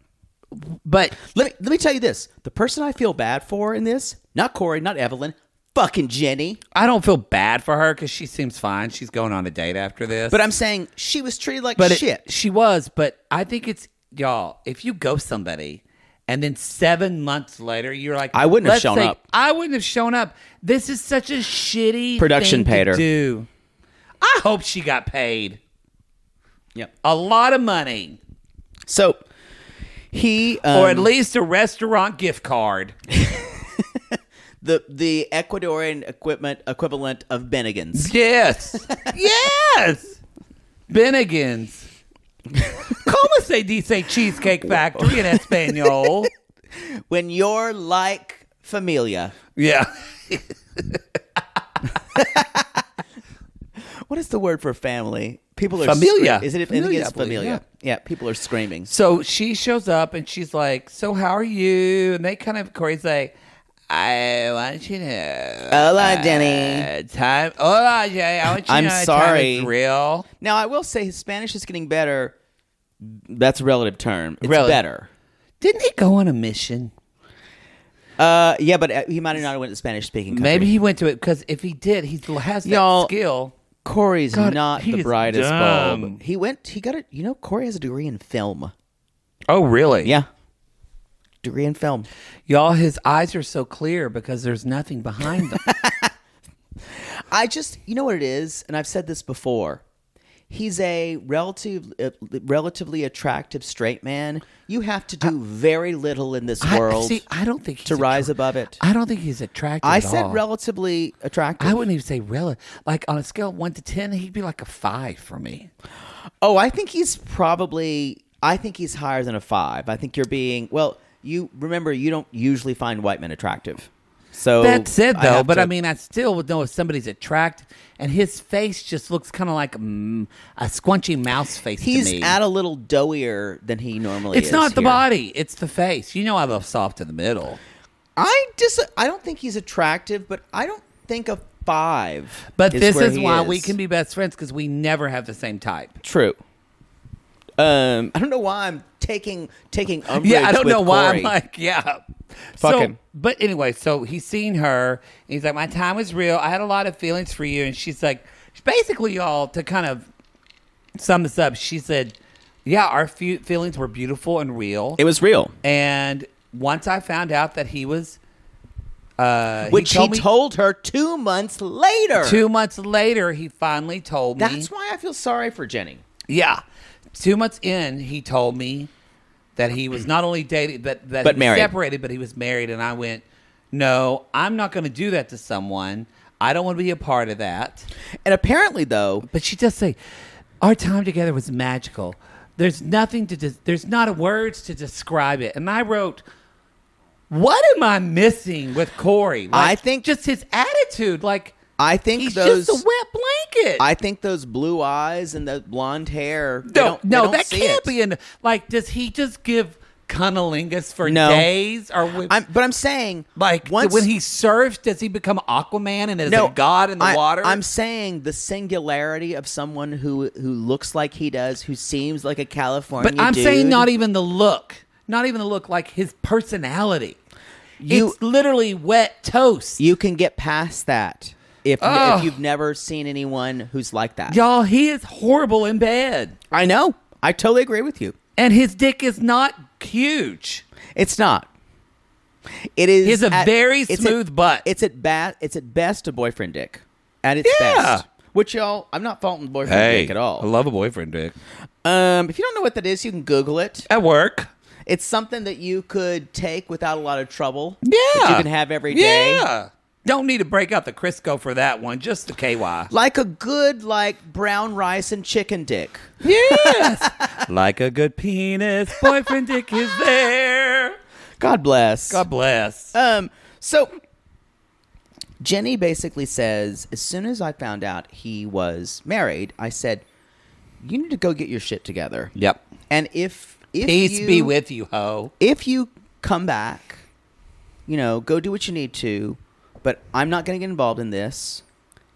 Speaker 4: but
Speaker 5: Let me let me tell you this. The person I feel bad for in this, not Corey, not Evelyn, fucking Jenny.
Speaker 4: I don't feel bad for her because she seems fine. She's going on a date after this.
Speaker 5: But I'm saying she was treated like
Speaker 4: but it-
Speaker 5: shit.
Speaker 4: she was, but I think it's y'all. If you ghost somebody, and then seven months later, you're like,
Speaker 5: I wouldn't have
Speaker 4: "Let's
Speaker 5: shown
Speaker 4: say-
Speaker 5: up."
Speaker 4: I wouldn't have shown up. This is such a shitty thing
Speaker 5: Production
Speaker 4: to
Speaker 5: paid her.
Speaker 4: do. I hope she got paid
Speaker 5: yep.
Speaker 4: a lot of money,
Speaker 5: So he
Speaker 4: or at
Speaker 5: um,
Speaker 4: least a restaurant gift card.
Speaker 5: the the Ecuadorian equipment equivalent of Bennigan's.
Speaker 4: Yes, yes, Bennigan's. ¿Cómo se dice Cheesecake Factory in Espanol?
Speaker 5: When you're like familia.
Speaker 4: yeah.
Speaker 5: What is the word for family? People are
Speaker 4: Familia.
Speaker 5: scre- Isn't it? I
Speaker 4: Familia,
Speaker 5: think it's
Speaker 4: I believe,
Speaker 5: familia. Yeah. people are screaming.
Speaker 4: So she shows up and she's like, "So how are you?" And they kind of Corey's like, "I want you to know
Speaker 5: Hola, Jenny.
Speaker 4: uh, time. Hola, Jay. I want you to
Speaker 5: I'm
Speaker 4: know time
Speaker 5: sorry.
Speaker 4: is real.
Speaker 5: Now I will say his Spanish is getting better. That's a relative term. It's
Speaker 4: Relative.
Speaker 5: better.
Speaker 4: Didn't he go on a mission?
Speaker 5: Uh, yeah, but uh, he might have not went to Spanish speaking.
Speaker 4: Maybe he went to it because if he did, he still has that
Speaker 5: Y'all-
Speaker 4: skill.
Speaker 5: Corey's
Speaker 4: God,
Speaker 5: not
Speaker 4: he
Speaker 5: the
Speaker 4: is
Speaker 5: brightest
Speaker 4: dumb.
Speaker 5: bulb. He went. He got it. You know, Corey has a degree in film.
Speaker 4: Oh, really?
Speaker 5: Yeah, degree in film.
Speaker 4: Y'all, his eyes are so clear because there's nothing behind them.
Speaker 5: I just, you know what it is, and I've said this before. He's a relative, uh, relatively attractive straight man. You have to do very little in this
Speaker 4: I-
Speaker 5: world.
Speaker 4: see, I don't think he's
Speaker 5: to rise
Speaker 4: attra-
Speaker 5: above it.
Speaker 4: I don't think he's attractive.
Speaker 5: I
Speaker 4: at
Speaker 5: said
Speaker 4: all.
Speaker 5: relatively attractive.
Speaker 4: I wouldn't even say relative. Like on a scale of one to ten, he'd be like a five for me.
Speaker 5: Oh, I think he's probably. I think he's higher than a five. I think you're being well. You remember, you don't usually find white men attractive. So
Speaker 4: That said,
Speaker 5: I
Speaker 4: though,
Speaker 5: have
Speaker 4: but
Speaker 5: to-
Speaker 4: I mean, I still would know if somebody's attracted, and his face just looks kind of like mm, a squinchy mouse face
Speaker 5: he's
Speaker 4: to me.
Speaker 5: at a little doughier than he normally is.
Speaker 4: it's not the
Speaker 5: here.
Speaker 4: body; it's the face. You know, I love soft in the middle,
Speaker 5: I dis. I don't think he's attractive, but I don't think a five.
Speaker 4: but this
Speaker 5: where
Speaker 4: is
Speaker 5: he
Speaker 4: why we can be best friends because we never have the same type.
Speaker 5: true. Um, I don't know why I'm taking taking umbrage.
Speaker 4: yeah, I don't
Speaker 5: with
Speaker 4: know why I'm
Speaker 5: Corey.
Speaker 4: like, yeah.
Speaker 5: Fuck
Speaker 4: so,
Speaker 5: him.
Speaker 4: But anyway, so he's seen her. And he's like, my time is real. I had a lot of feelings for you. And she's like, basically, y'all, to kind of sum this up, she said, yeah, our fe- feelings were beautiful and real.
Speaker 5: it was real,
Speaker 4: and once I found out that he was, uh,
Speaker 5: which he
Speaker 4: told
Speaker 5: told,
Speaker 4: me-
Speaker 5: her two months later.
Speaker 4: two months later, he finally told me.
Speaker 5: That's why I feel sorry for Jenny.
Speaker 4: Yeah. Two months in, he told me that he was not only dated, but that
Speaker 5: But
Speaker 4: he was
Speaker 5: married.
Speaker 4: separated, but he was married. And I went, no, I'm not going to do that to someone. I don't want to be a part of that.
Speaker 5: And apparently, though,
Speaker 4: But she does say, our time together was magical. There's nothing to, des- there's not a words to describe it. And I wrote, what am I missing with Corey?
Speaker 5: I think-
Speaker 4: just his attitude. Like,
Speaker 5: I think
Speaker 4: he's
Speaker 5: those.
Speaker 4: just a wet blanket.
Speaker 5: I think those blue eyes and the blonde hair. they
Speaker 4: No,
Speaker 5: don't- they
Speaker 4: no,
Speaker 5: don't
Speaker 4: that
Speaker 5: see
Speaker 4: can't
Speaker 5: it.
Speaker 4: be in. Like, does he just give cunnilingus for
Speaker 5: No.
Speaker 4: days? Or with,
Speaker 5: I'm, but I'm saying,
Speaker 4: like
Speaker 5: once
Speaker 4: when he surfs, does he become Aquaman and is
Speaker 5: no
Speaker 4: a god in the
Speaker 5: I-
Speaker 4: water?
Speaker 5: I'm saying the singularity of someone who who looks like he does, who seems like a California.
Speaker 4: but I'm
Speaker 5: dude.
Speaker 4: saying not e- even the look, not even the look, like his personality.
Speaker 5: You-
Speaker 4: it's literally wet toast.
Speaker 5: You can get past that if
Speaker 4: Ugh.
Speaker 5: if you've never seen anyone who's like that.
Speaker 4: Y'all, he is horrible in bed,
Speaker 5: I know. I totally agree with you.
Speaker 4: and his dick is not huge.
Speaker 5: It's not. It is.
Speaker 4: He has a very
Speaker 5: it's at-
Speaker 4: smooth butt.
Speaker 5: It's at bat. It's at best a boyfriend dick. At its
Speaker 4: Yeah.
Speaker 5: best. Which y'all, I'm not faulting boyfriend dick at all.
Speaker 4: love a boyfriend dick
Speaker 5: um, if you don't know what that is, you can Google it.
Speaker 4: at work.
Speaker 5: It's something that you could take without a lot of trouble.
Speaker 4: Yeah,
Speaker 5: that you can have every day.
Speaker 4: Yeah, Don't need to break out the Crisco for that one. Just the KY.
Speaker 5: Like a good like brown rice and chicken dick.
Speaker 4: Yes. like a good penis, boyfriend dick is there.
Speaker 5: God bless.
Speaker 4: God bless.
Speaker 5: Um, so Jenny basically says, as soon as I found out he was married, I said, "You need to go get your shit together."
Speaker 4: Yep.
Speaker 5: And if if
Speaker 4: Peace
Speaker 5: you,
Speaker 4: be with you, ho.
Speaker 5: if you come back, you know, go do what you need to, but I'm not going to get involved in this.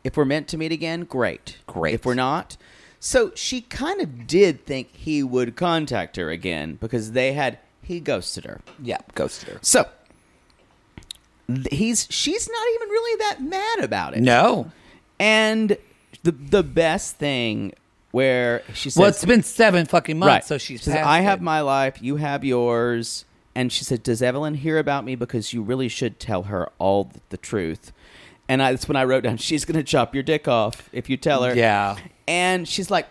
Speaker 5: If we're meant to meet again, great.
Speaker 4: Great.
Speaker 5: If we're not, so she kind of did think he would contact her again because they had he ghosted her.
Speaker 4: Yep. Ghoster.
Speaker 5: So th- he's she's not even really that mad about it.
Speaker 4: No.
Speaker 5: And the the best thing where she says
Speaker 4: Well, it's been seven fucking months, so she's.
Speaker 5: She says,
Speaker 4: past
Speaker 5: I have
Speaker 4: it.
Speaker 5: my life, you have yours. And she said, Does Evelyn hear about me? Because you really should tell her all th- the truth. And I, that's when I wrote down, She's going to chop your dick off if you tell her.
Speaker 4: Yeah.
Speaker 5: And she's like,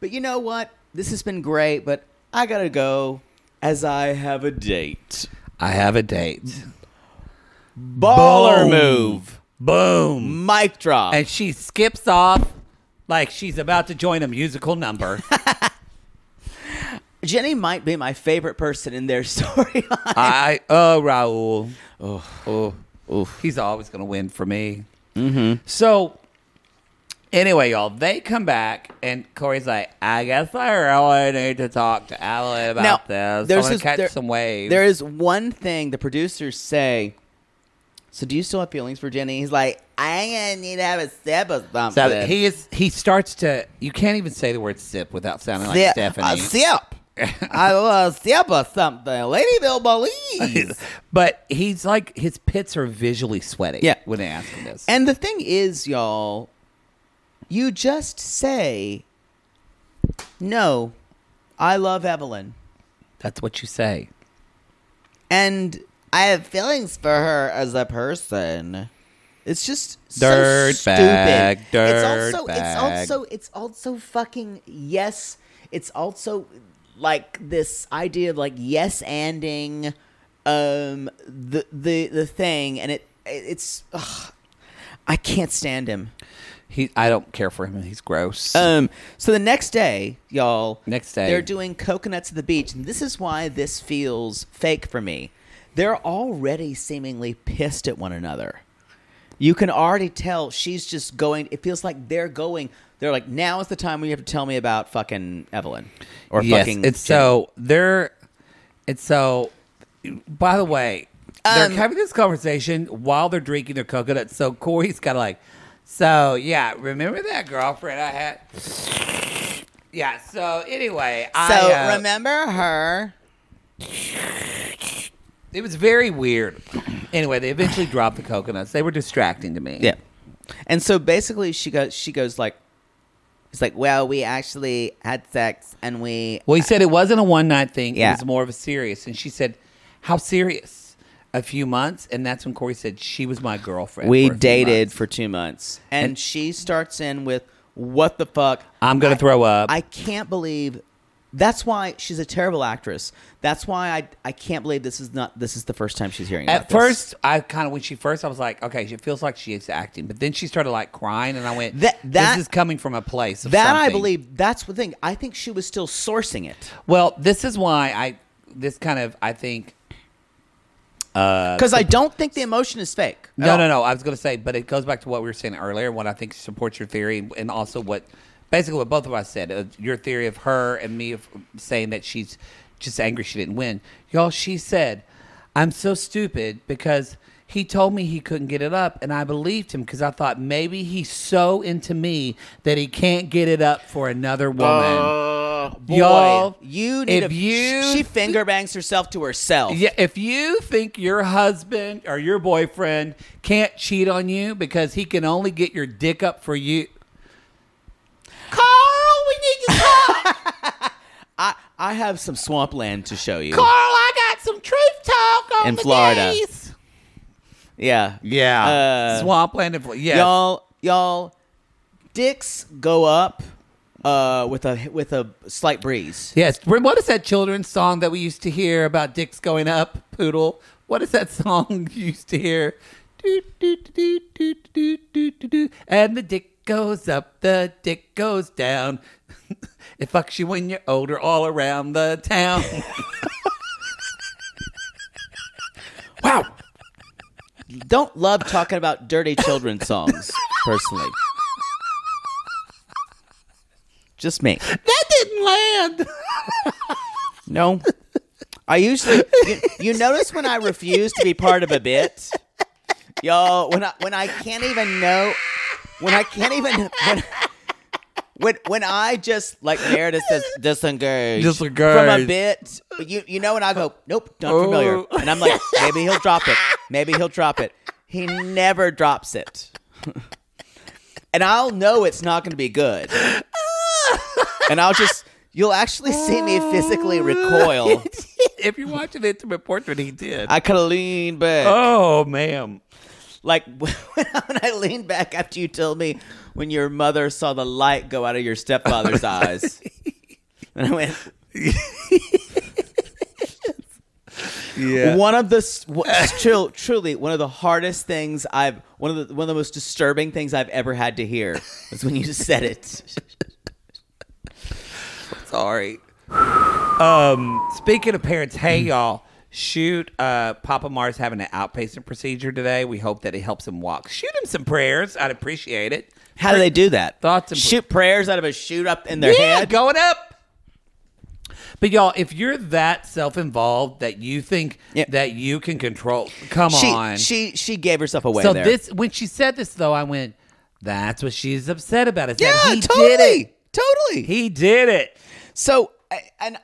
Speaker 5: But you know what? This has been great, but I got to go as I have a date.
Speaker 4: I have a date.
Speaker 5: Baller
Speaker 4: Boom.
Speaker 5: move.
Speaker 4: Boom.
Speaker 5: Mic drop.
Speaker 4: and she skips off like she's about to join a musical number.
Speaker 5: Jenny might be my favorite person in their storyline.
Speaker 4: I oh Raul, oh, he's always gonna win for me. Mm-hmm. So anyway, y'all, they come back and Corey's like, I guess I really need to talk to Alan about this. I'm gonna
Speaker 5: this-
Speaker 4: catch
Speaker 5: there-
Speaker 4: some waves.
Speaker 5: There is one thing the producers say. So do you still have feelings for Jenny? He's like, I ain't gonna need to have a sip of something.
Speaker 4: so he is he starts to you can't even say the word sip without sounding like
Speaker 5: uh, sip,
Speaker 4: Stephanie.
Speaker 5: a sip. I will sip of something. Ladyville believes.
Speaker 4: But he's like his pits are visually sweating
Speaker 5: Yeah.
Speaker 4: when they ask him this.
Speaker 5: and the thing is, y'all, you just say, no, I love Evelyn.
Speaker 4: That's what you say.
Speaker 5: and I have feelings for her as a person. It's just
Speaker 4: Dirt
Speaker 5: so
Speaker 4: bag,
Speaker 5: stupid.
Speaker 4: dirt
Speaker 5: it's also
Speaker 4: bag.
Speaker 5: it's also it's also fucking yes. It's also like this idea of like yes anding um the the the thing and it it's ugh, I can't stand him.
Speaker 4: He, I don't care for him. He's gross.
Speaker 5: Um, so the next day, y'all.
Speaker 4: Next day.
Speaker 5: they're doing coconuts at the beach, and this is why this feels fake for me. They're already seemingly pissed at one another. You can already tell she's just going. It feels like they're going. They're like, now is the time when you have to tell me about fucking Evelyn or
Speaker 4: yes,
Speaker 5: fucking.
Speaker 4: it's
Speaker 5: Jen."
Speaker 4: so they're. It's so. By the way, they're
Speaker 5: Um,
Speaker 4: having this conversation while they're drinking their coconut. So Corey's kind of like, so yeah, remember that girlfriend I had? Yeah. So anyway,
Speaker 5: So
Speaker 4: I uh,
Speaker 5: remember her.
Speaker 4: it was very weird. Anyway, they eventually dropped the coconuts. They were distracting to me.
Speaker 5: Yeah. And so basically, she goes. She goes like, it's like, well, we actually had sex, and we
Speaker 4: Well, he said it wasn't a one night thing.
Speaker 5: Yeah.
Speaker 4: It was more of a serious. And she said, How serious? A few months. And that's when Corey said, She was my girlfriend.
Speaker 5: We
Speaker 4: for a few
Speaker 5: dated
Speaker 4: months.
Speaker 5: for two months. And, she starts in with, What the fuck?
Speaker 4: I'm going
Speaker 5: I-
Speaker 4: to throw up.
Speaker 5: I can't believe. That's why she's a terrible actress. That's why I, I can't believe this is not this is the first time she's hearing.
Speaker 4: At
Speaker 5: about this.
Speaker 4: first, I kind of, when she first, I was like, Okay, she feels like she is acting. But then she started like crying. And I went,
Speaker 5: That- that-
Speaker 4: This is coming from a place of
Speaker 5: that I
Speaker 4: something.
Speaker 5: believe that's the thing. I think she was still sourcing it
Speaker 4: Well, this is why I, this kind of, I think,
Speaker 5: because I don't think the emotion is fake.
Speaker 4: No, no, no. I was going to say, but it goes back to what we were saying earlier, what I think supports your theory, and also what basically what both of us said uh, your theory of her and me of saying that she's just angry she didn't win. Y'all, she said, I'm so stupid because he told me he couldn't get it up, and I believed him because I thought maybe he's so into me that he can't get it up for another woman.
Speaker 5: Boy,
Speaker 4: Y'all,
Speaker 5: you need
Speaker 4: if
Speaker 5: a,
Speaker 4: you-
Speaker 5: she finger bangs herself to herself.
Speaker 4: Yeah, if you think your husband or your boyfriend can't cheat on you because he can only get your dick up for you, Carl, we need to talk.
Speaker 5: I I have some swampland to show you.
Speaker 4: Carl, I got some truth talk on
Speaker 5: In
Speaker 4: the
Speaker 5: Florida.
Speaker 4: gays.
Speaker 5: Yeah,
Speaker 4: Yeah,
Speaker 5: Uh,
Speaker 4: swampland and Florida. Yes.
Speaker 5: y'all y'all dicks go up uh with a with a slight breeze
Speaker 4: yes. Rem- What is that children's song that we used to hear about dicks going up? Poodle. What is that song you used to hear? Doo, doo, doo, doo, doo, doo, doo, doo. And the dick goes up, the dick goes down. it fucks you when you're older, all around the town.
Speaker 5: Wow. Don't love talking about dirty children's songs, personally. Just me.
Speaker 4: that didn't land.
Speaker 5: No. I usually you, you notice when I refuse to be part of a bit. Y'all, when I when I can't even know when I can't even when when, when I just like Meredith says disengage,
Speaker 4: Disengage.
Speaker 5: from a bit, you you know, and I go nope, not familiar,
Speaker 4: Oh.
Speaker 5: and I'm like maybe he'll drop it, maybe he'll drop it. He never drops it, and I'll know it's not going to be good and I'll just you'll actually see me physically recoil.
Speaker 4: if you're watching Intimate Portrait, he did.
Speaker 5: I kind of lean back,
Speaker 4: oh, ma'am.
Speaker 5: like when I lean back after you told me when your mother saw the light go out of your stepfather's eyes, and I went.
Speaker 4: Yeah.
Speaker 5: One of the s- w- tru- truly one of the hardest things I've one of the one of the most disturbing things I've ever had to hear was when you said it.
Speaker 4: Sorry. Um, speaking of parents, hey y'all, shoot uh, Papa Mars having an outpatient procedure today. We hope that it helps him walk. Shoot him some prayers. I'd appreciate it.
Speaker 5: How do they do that?
Speaker 4: Thoughts and-
Speaker 5: shoot prayers out of a shoot up in their
Speaker 4: yeah,
Speaker 5: head.
Speaker 4: going up. But y'all, if you're that self-involved that you think
Speaker 5: Yeah.
Speaker 4: that you can control, come
Speaker 5: she,
Speaker 4: on.
Speaker 5: she she gave herself away.
Speaker 4: so
Speaker 5: there.
Speaker 4: this, when she said this though, I went, "That's what she's upset about." Is that
Speaker 5: Yeah,
Speaker 4: he
Speaker 5: totally.
Speaker 4: did it?
Speaker 5: Totally.
Speaker 4: He did it.
Speaker 5: so, I- and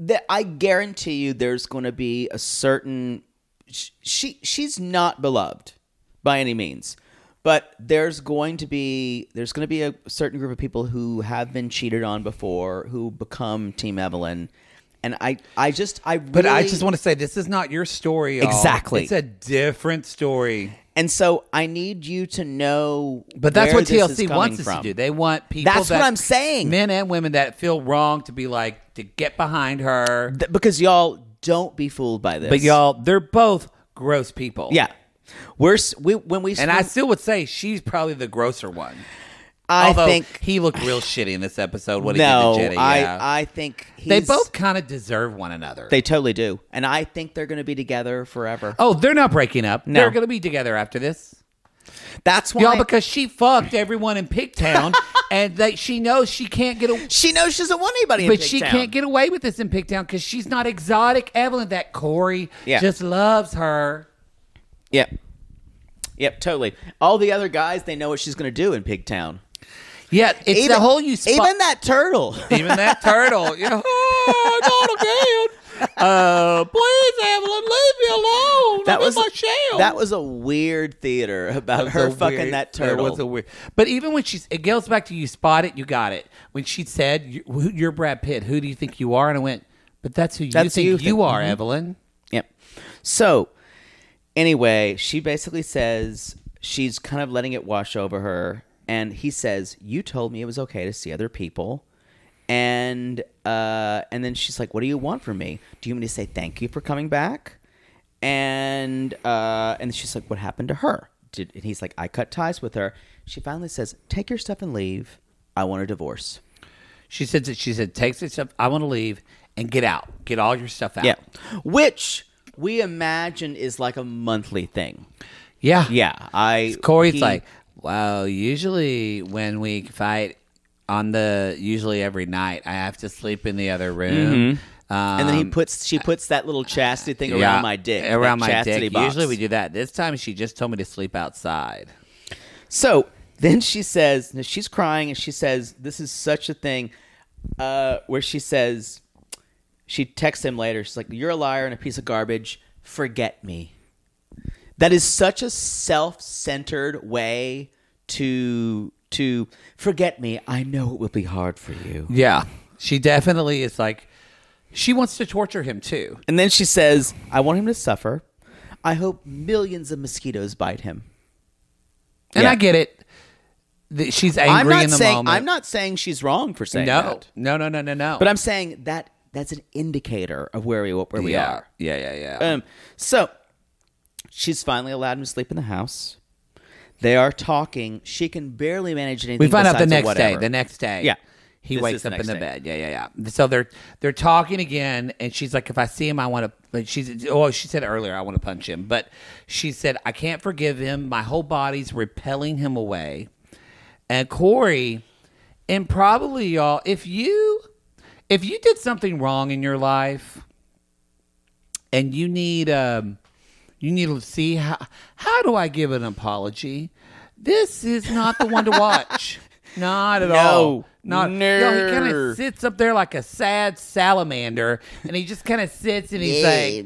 Speaker 5: that I guarantee you there's going to be a certain sh- she she's not beloved by any means. But there's going to be there's going to be a certain group of people who have been cheated on before who become Team Evelyn, and I I just I really,
Speaker 4: But I just want to say, this is not your story. y'all.
Speaker 5: Exactly.
Speaker 4: it's a different story.
Speaker 5: and so I need you to know.
Speaker 4: But that's
Speaker 5: where
Speaker 4: what
Speaker 5: this is
Speaker 4: TLC
Speaker 5: coming
Speaker 4: wants us
Speaker 5: from.
Speaker 4: to do. They want people.
Speaker 5: That's what
Speaker 4: that-
Speaker 5: I'm saying.
Speaker 4: Men and women that feel wrong to be like to get behind her.
Speaker 5: Th- because y'all don't be fooled by this.
Speaker 4: But y'all, they're both gross people.
Speaker 5: yeah, we're s- we when we
Speaker 4: And I still would say she's probably the grosser one.
Speaker 5: I
Speaker 4: Although
Speaker 5: think
Speaker 4: he looked real shitty in this episode. What
Speaker 5: no,
Speaker 4: he did to Jenny.
Speaker 5: I
Speaker 4: yeah.
Speaker 5: I think he's,
Speaker 4: they both kind of deserve one another.
Speaker 5: they totally do, and I think they're going to be together forever.
Speaker 4: oh, they're not breaking up.
Speaker 5: No.
Speaker 4: They're going to be together after this.
Speaker 5: that's why
Speaker 4: Y'all, because she fucked everyone in Pigtown, and that she knows she can't get a,
Speaker 5: she knows she doesn't want anybody, in
Speaker 4: but she
Speaker 5: Pigtown.
Speaker 4: can't get away with this in Pigtown because she's not exotic Evelyn. That Corey
Speaker 5: Yeah.
Speaker 4: just loves her.
Speaker 5: Yep, yep, totally. All the other guys, they know what she's going to do in Pigtown.
Speaker 4: Yeah, it's the whole you spot-
Speaker 5: even that turtle.
Speaker 4: even that turtle. You know, oh, not again. Uh, please, Evelyn, leave me alone.
Speaker 5: that
Speaker 4: I'm
Speaker 5: was
Speaker 4: in my shell.
Speaker 5: that was a weird theater about
Speaker 4: That was
Speaker 5: her
Speaker 4: a
Speaker 5: fucking
Speaker 4: weird-
Speaker 5: that turtle.
Speaker 4: was a weird. But even when she's, it goes back to you spot it, you got it. When she said, you- who- "You're Brad Pitt. Who do you think you are?" and I went, "But that's who you
Speaker 5: That's who
Speaker 4: think
Speaker 5: you
Speaker 4: you,
Speaker 5: think-
Speaker 4: are,
Speaker 5: mhm.
Speaker 4: Evelyn."
Speaker 5: Yep. So, anyway, she basically says she's kind of letting it wash over her. And he says, You told me it was okay to see other people. And uh, and then she's like, What do you want from me? Do you want me to say thank you for coming back? And uh, and she's like, What happened to her? Did, and he's like, I cut ties with her. She finally says, Take your stuff and leave. I want a divorce.
Speaker 4: She said that she said, "Take your stuff. I want to leave and get out. Get all your stuff out."
Speaker 5: Yeah. Which we imagine is like a monthly thing.
Speaker 4: yeah,
Speaker 5: Yeah, I.
Speaker 4: Corey's
Speaker 5: he-
Speaker 4: like, well, usually when we fight on the usually every night, I have to sleep in the other room. Um,
Speaker 5: and then he puts she puts that little chastity thing
Speaker 4: yeah,
Speaker 5: Mm-hmm. around my dick,
Speaker 4: around my
Speaker 5: that chastity
Speaker 4: dick.
Speaker 5: box.
Speaker 4: Usually we do that. This time she just told me to sleep outside.
Speaker 5: So then she says she's crying and she says this is such a thing, uh, where she says she texts him later. She's like, "You're a liar and a piece of garbage. Forget me." That is such a self-centered way to to forget me. I know it will be hard for you.
Speaker 4: Yeah, she definitely is like, she wants to torture him too.
Speaker 5: And then she says, I want him to suffer. I hope millions of mosquitoes bite him.
Speaker 4: And
Speaker 5: Yeah.
Speaker 4: I get it. that She's angry
Speaker 5: I'm not
Speaker 4: in the
Speaker 5: saying
Speaker 4: moment.
Speaker 5: I'm not saying she's wrong for saying
Speaker 4: No,
Speaker 5: that.
Speaker 4: no, no, no, no, no.
Speaker 5: But I'm saying that that's an indicator of where we Um, where we
Speaker 4: yeah.
Speaker 5: are.
Speaker 4: Yeah, yeah, yeah.
Speaker 5: Um so She's finally allowed him to sleep in the house. They are talking. She can barely manage anything.
Speaker 4: We find out the
Speaker 5: besides a
Speaker 4: next day.
Speaker 5: whatever.
Speaker 4: The next day.
Speaker 5: Yeah.
Speaker 4: He
Speaker 5: This is
Speaker 4: wakes
Speaker 5: the
Speaker 4: up in
Speaker 5: next
Speaker 4: the
Speaker 5: day.
Speaker 4: bed. Yeah, yeah, yeah. So they're they're talking again, and she's like, "If I see him, I want to." Like she's oh, she said earlier, "I want to punch him," but she said, "I can't forgive him. My whole body's repelling him away." And Corey, and probably y'all, if you if you did something wrong in your life, and you need um you need to see how how do I give an apology? This is not the one to watch. Not at
Speaker 5: No.
Speaker 4: all. Not Yo, he kind
Speaker 5: Ner.
Speaker 4: of sits up there like a sad salamander, and he just kind of sits and he's like,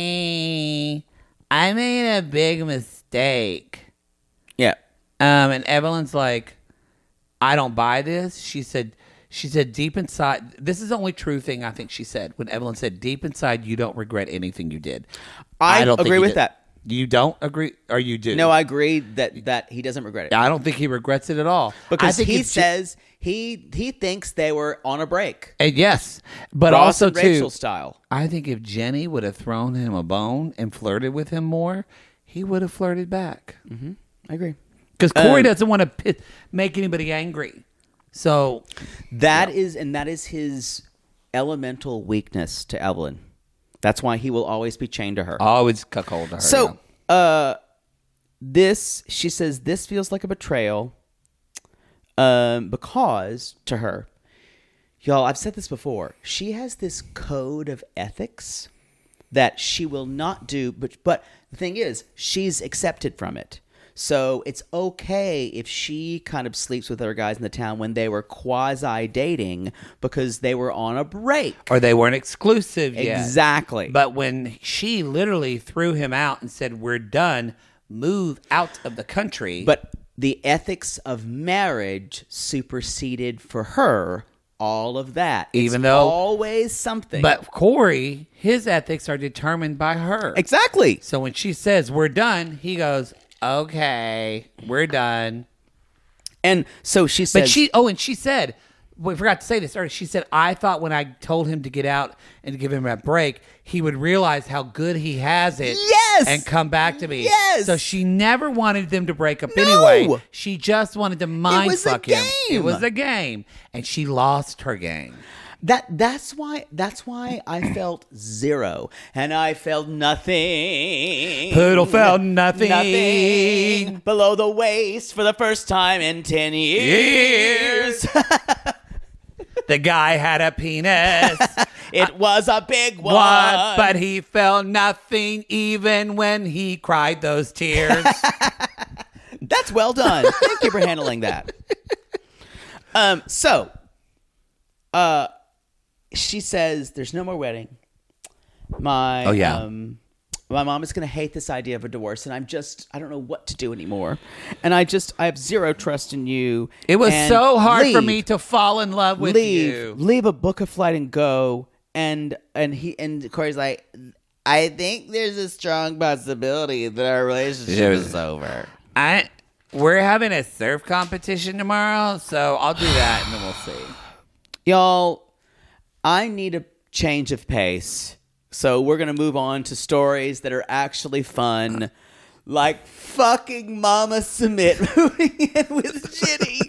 Speaker 4: "Hey, I made a big mistake."
Speaker 5: Yeah.
Speaker 4: Um, and Evelyn's like, I don't buy this. She said, she said deep inside, this is the only true thing I think she said when Evelyn said, deep inside, you don't regret anything you did.
Speaker 5: I
Speaker 4: don't think
Speaker 5: agree
Speaker 4: he
Speaker 5: with
Speaker 4: did.
Speaker 5: that.
Speaker 4: You don't agree, or you do?
Speaker 5: No, I agree that that he doesn't regret it.
Speaker 4: I don't think he regrets it at all I
Speaker 5: because
Speaker 4: think
Speaker 5: he
Speaker 4: if she-
Speaker 5: says he he thinks they were on a break.
Speaker 4: and Uh, yes, but
Speaker 5: Ross
Speaker 4: also
Speaker 5: and
Speaker 4: too,
Speaker 5: Rachel style.
Speaker 4: I think if Jenny would have thrown him a bone and flirted with him more, he would have flirted back.
Speaker 5: Mm. I agree.
Speaker 4: Because
Speaker 5: Um,
Speaker 4: Corey doesn't want to pi- make anybody angry, so
Speaker 5: That is, and that is his elemental weakness to Evelyn. That's why he will always be chained to her.
Speaker 4: always cuckold her. yeah.
Speaker 5: So, uh, this she says this feels like a betrayal, um, because to her, y'all, I've said this before. She has this code of ethics that she will not do, but but the thing is, she's accepted from it. So it's okay if she kind of sleeps with other guys in the town when they were quasi dating because they were on a break.
Speaker 4: or they weren't exclusive yet.
Speaker 5: Exactly.
Speaker 4: But when she literally threw him out and said, "We're done, move out of the country,"
Speaker 5: But the ethics of marriage superseded for her all of that. It's
Speaker 4: Even though-
Speaker 5: always something.
Speaker 4: but Corey, his ethics are determined by her.
Speaker 5: exactly.
Speaker 4: So when she says, "We're done," he goes, "Okay, we're done."
Speaker 5: And so she says,
Speaker 4: But she, oh, and she said, we forgot to say this earlier. She said, I thought when I told him to get out and to give him that break, he would realize how good he has it.
Speaker 5: Yes!
Speaker 4: And come back to me.
Speaker 5: Yes!
Speaker 4: So she never wanted them to break up
Speaker 5: No!
Speaker 4: anyway. She just wanted to mind
Speaker 5: was a
Speaker 4: fuck him. It
Speaker 5: game.
Speaker 4: was a game. And she lost her game.
Speaker 5: that that's why that's why I felt zero and I felt nothing.
Speaker 4: Poodle felt nothing.
Speaker 5: Nothing below the waist for the first time in 10 years.
Speaker 4: The guy had a penis.
Speaker 5: it was a big one.
Speaker 4: What? But he felt nothing even when he cried those tears.
Speaker 5: That's well done. Thank you for handling that. Um, so, uh, she says there's no more wedding. My
Speaker 4: Oh, yeah.
Speaker 5: um, my mom is going to hate this idea of a divorce, and I'm just I don't know what to do anymore. And I just I have zero trust in you.
Speaker 4: It was
Speaker 5: And
Speaker 4: so hard for
Speaker 5: leave,
Speaker 4: me to fall in love with
Speaker 5: leave,
Speaker 4: you.
Speaker 5: leave a book of flight and go. And and he and Corey's like, I think there's a strong possibility that our relationship is over.
Speaker 4: I we're having a surf competition tomorrow, so I'll do that and then we'll see.
Speaker 5: Y'all, I need a change of pace. So we're going to move on to stories that are actually fun, like fucking Mama Submit moving in with Jenny.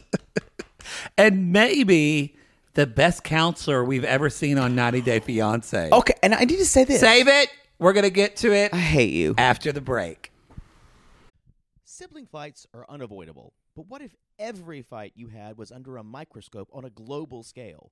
Speaker 4: And maybe the best counselor we've ever seen on 90 Day Fiance.
Speaker 5: Okay, and I need to say this.
Speaker 4: Save it. We're gonna get to it
Speaker 5: I hate you.
Speaker 4: after the break.
Speaker 6: Sibling fights are unavoidable, but what if every fight you had was under a microscope on a global scale?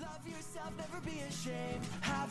Speaker 7: Love yourself, never be ashamed.
Speaker 8: Have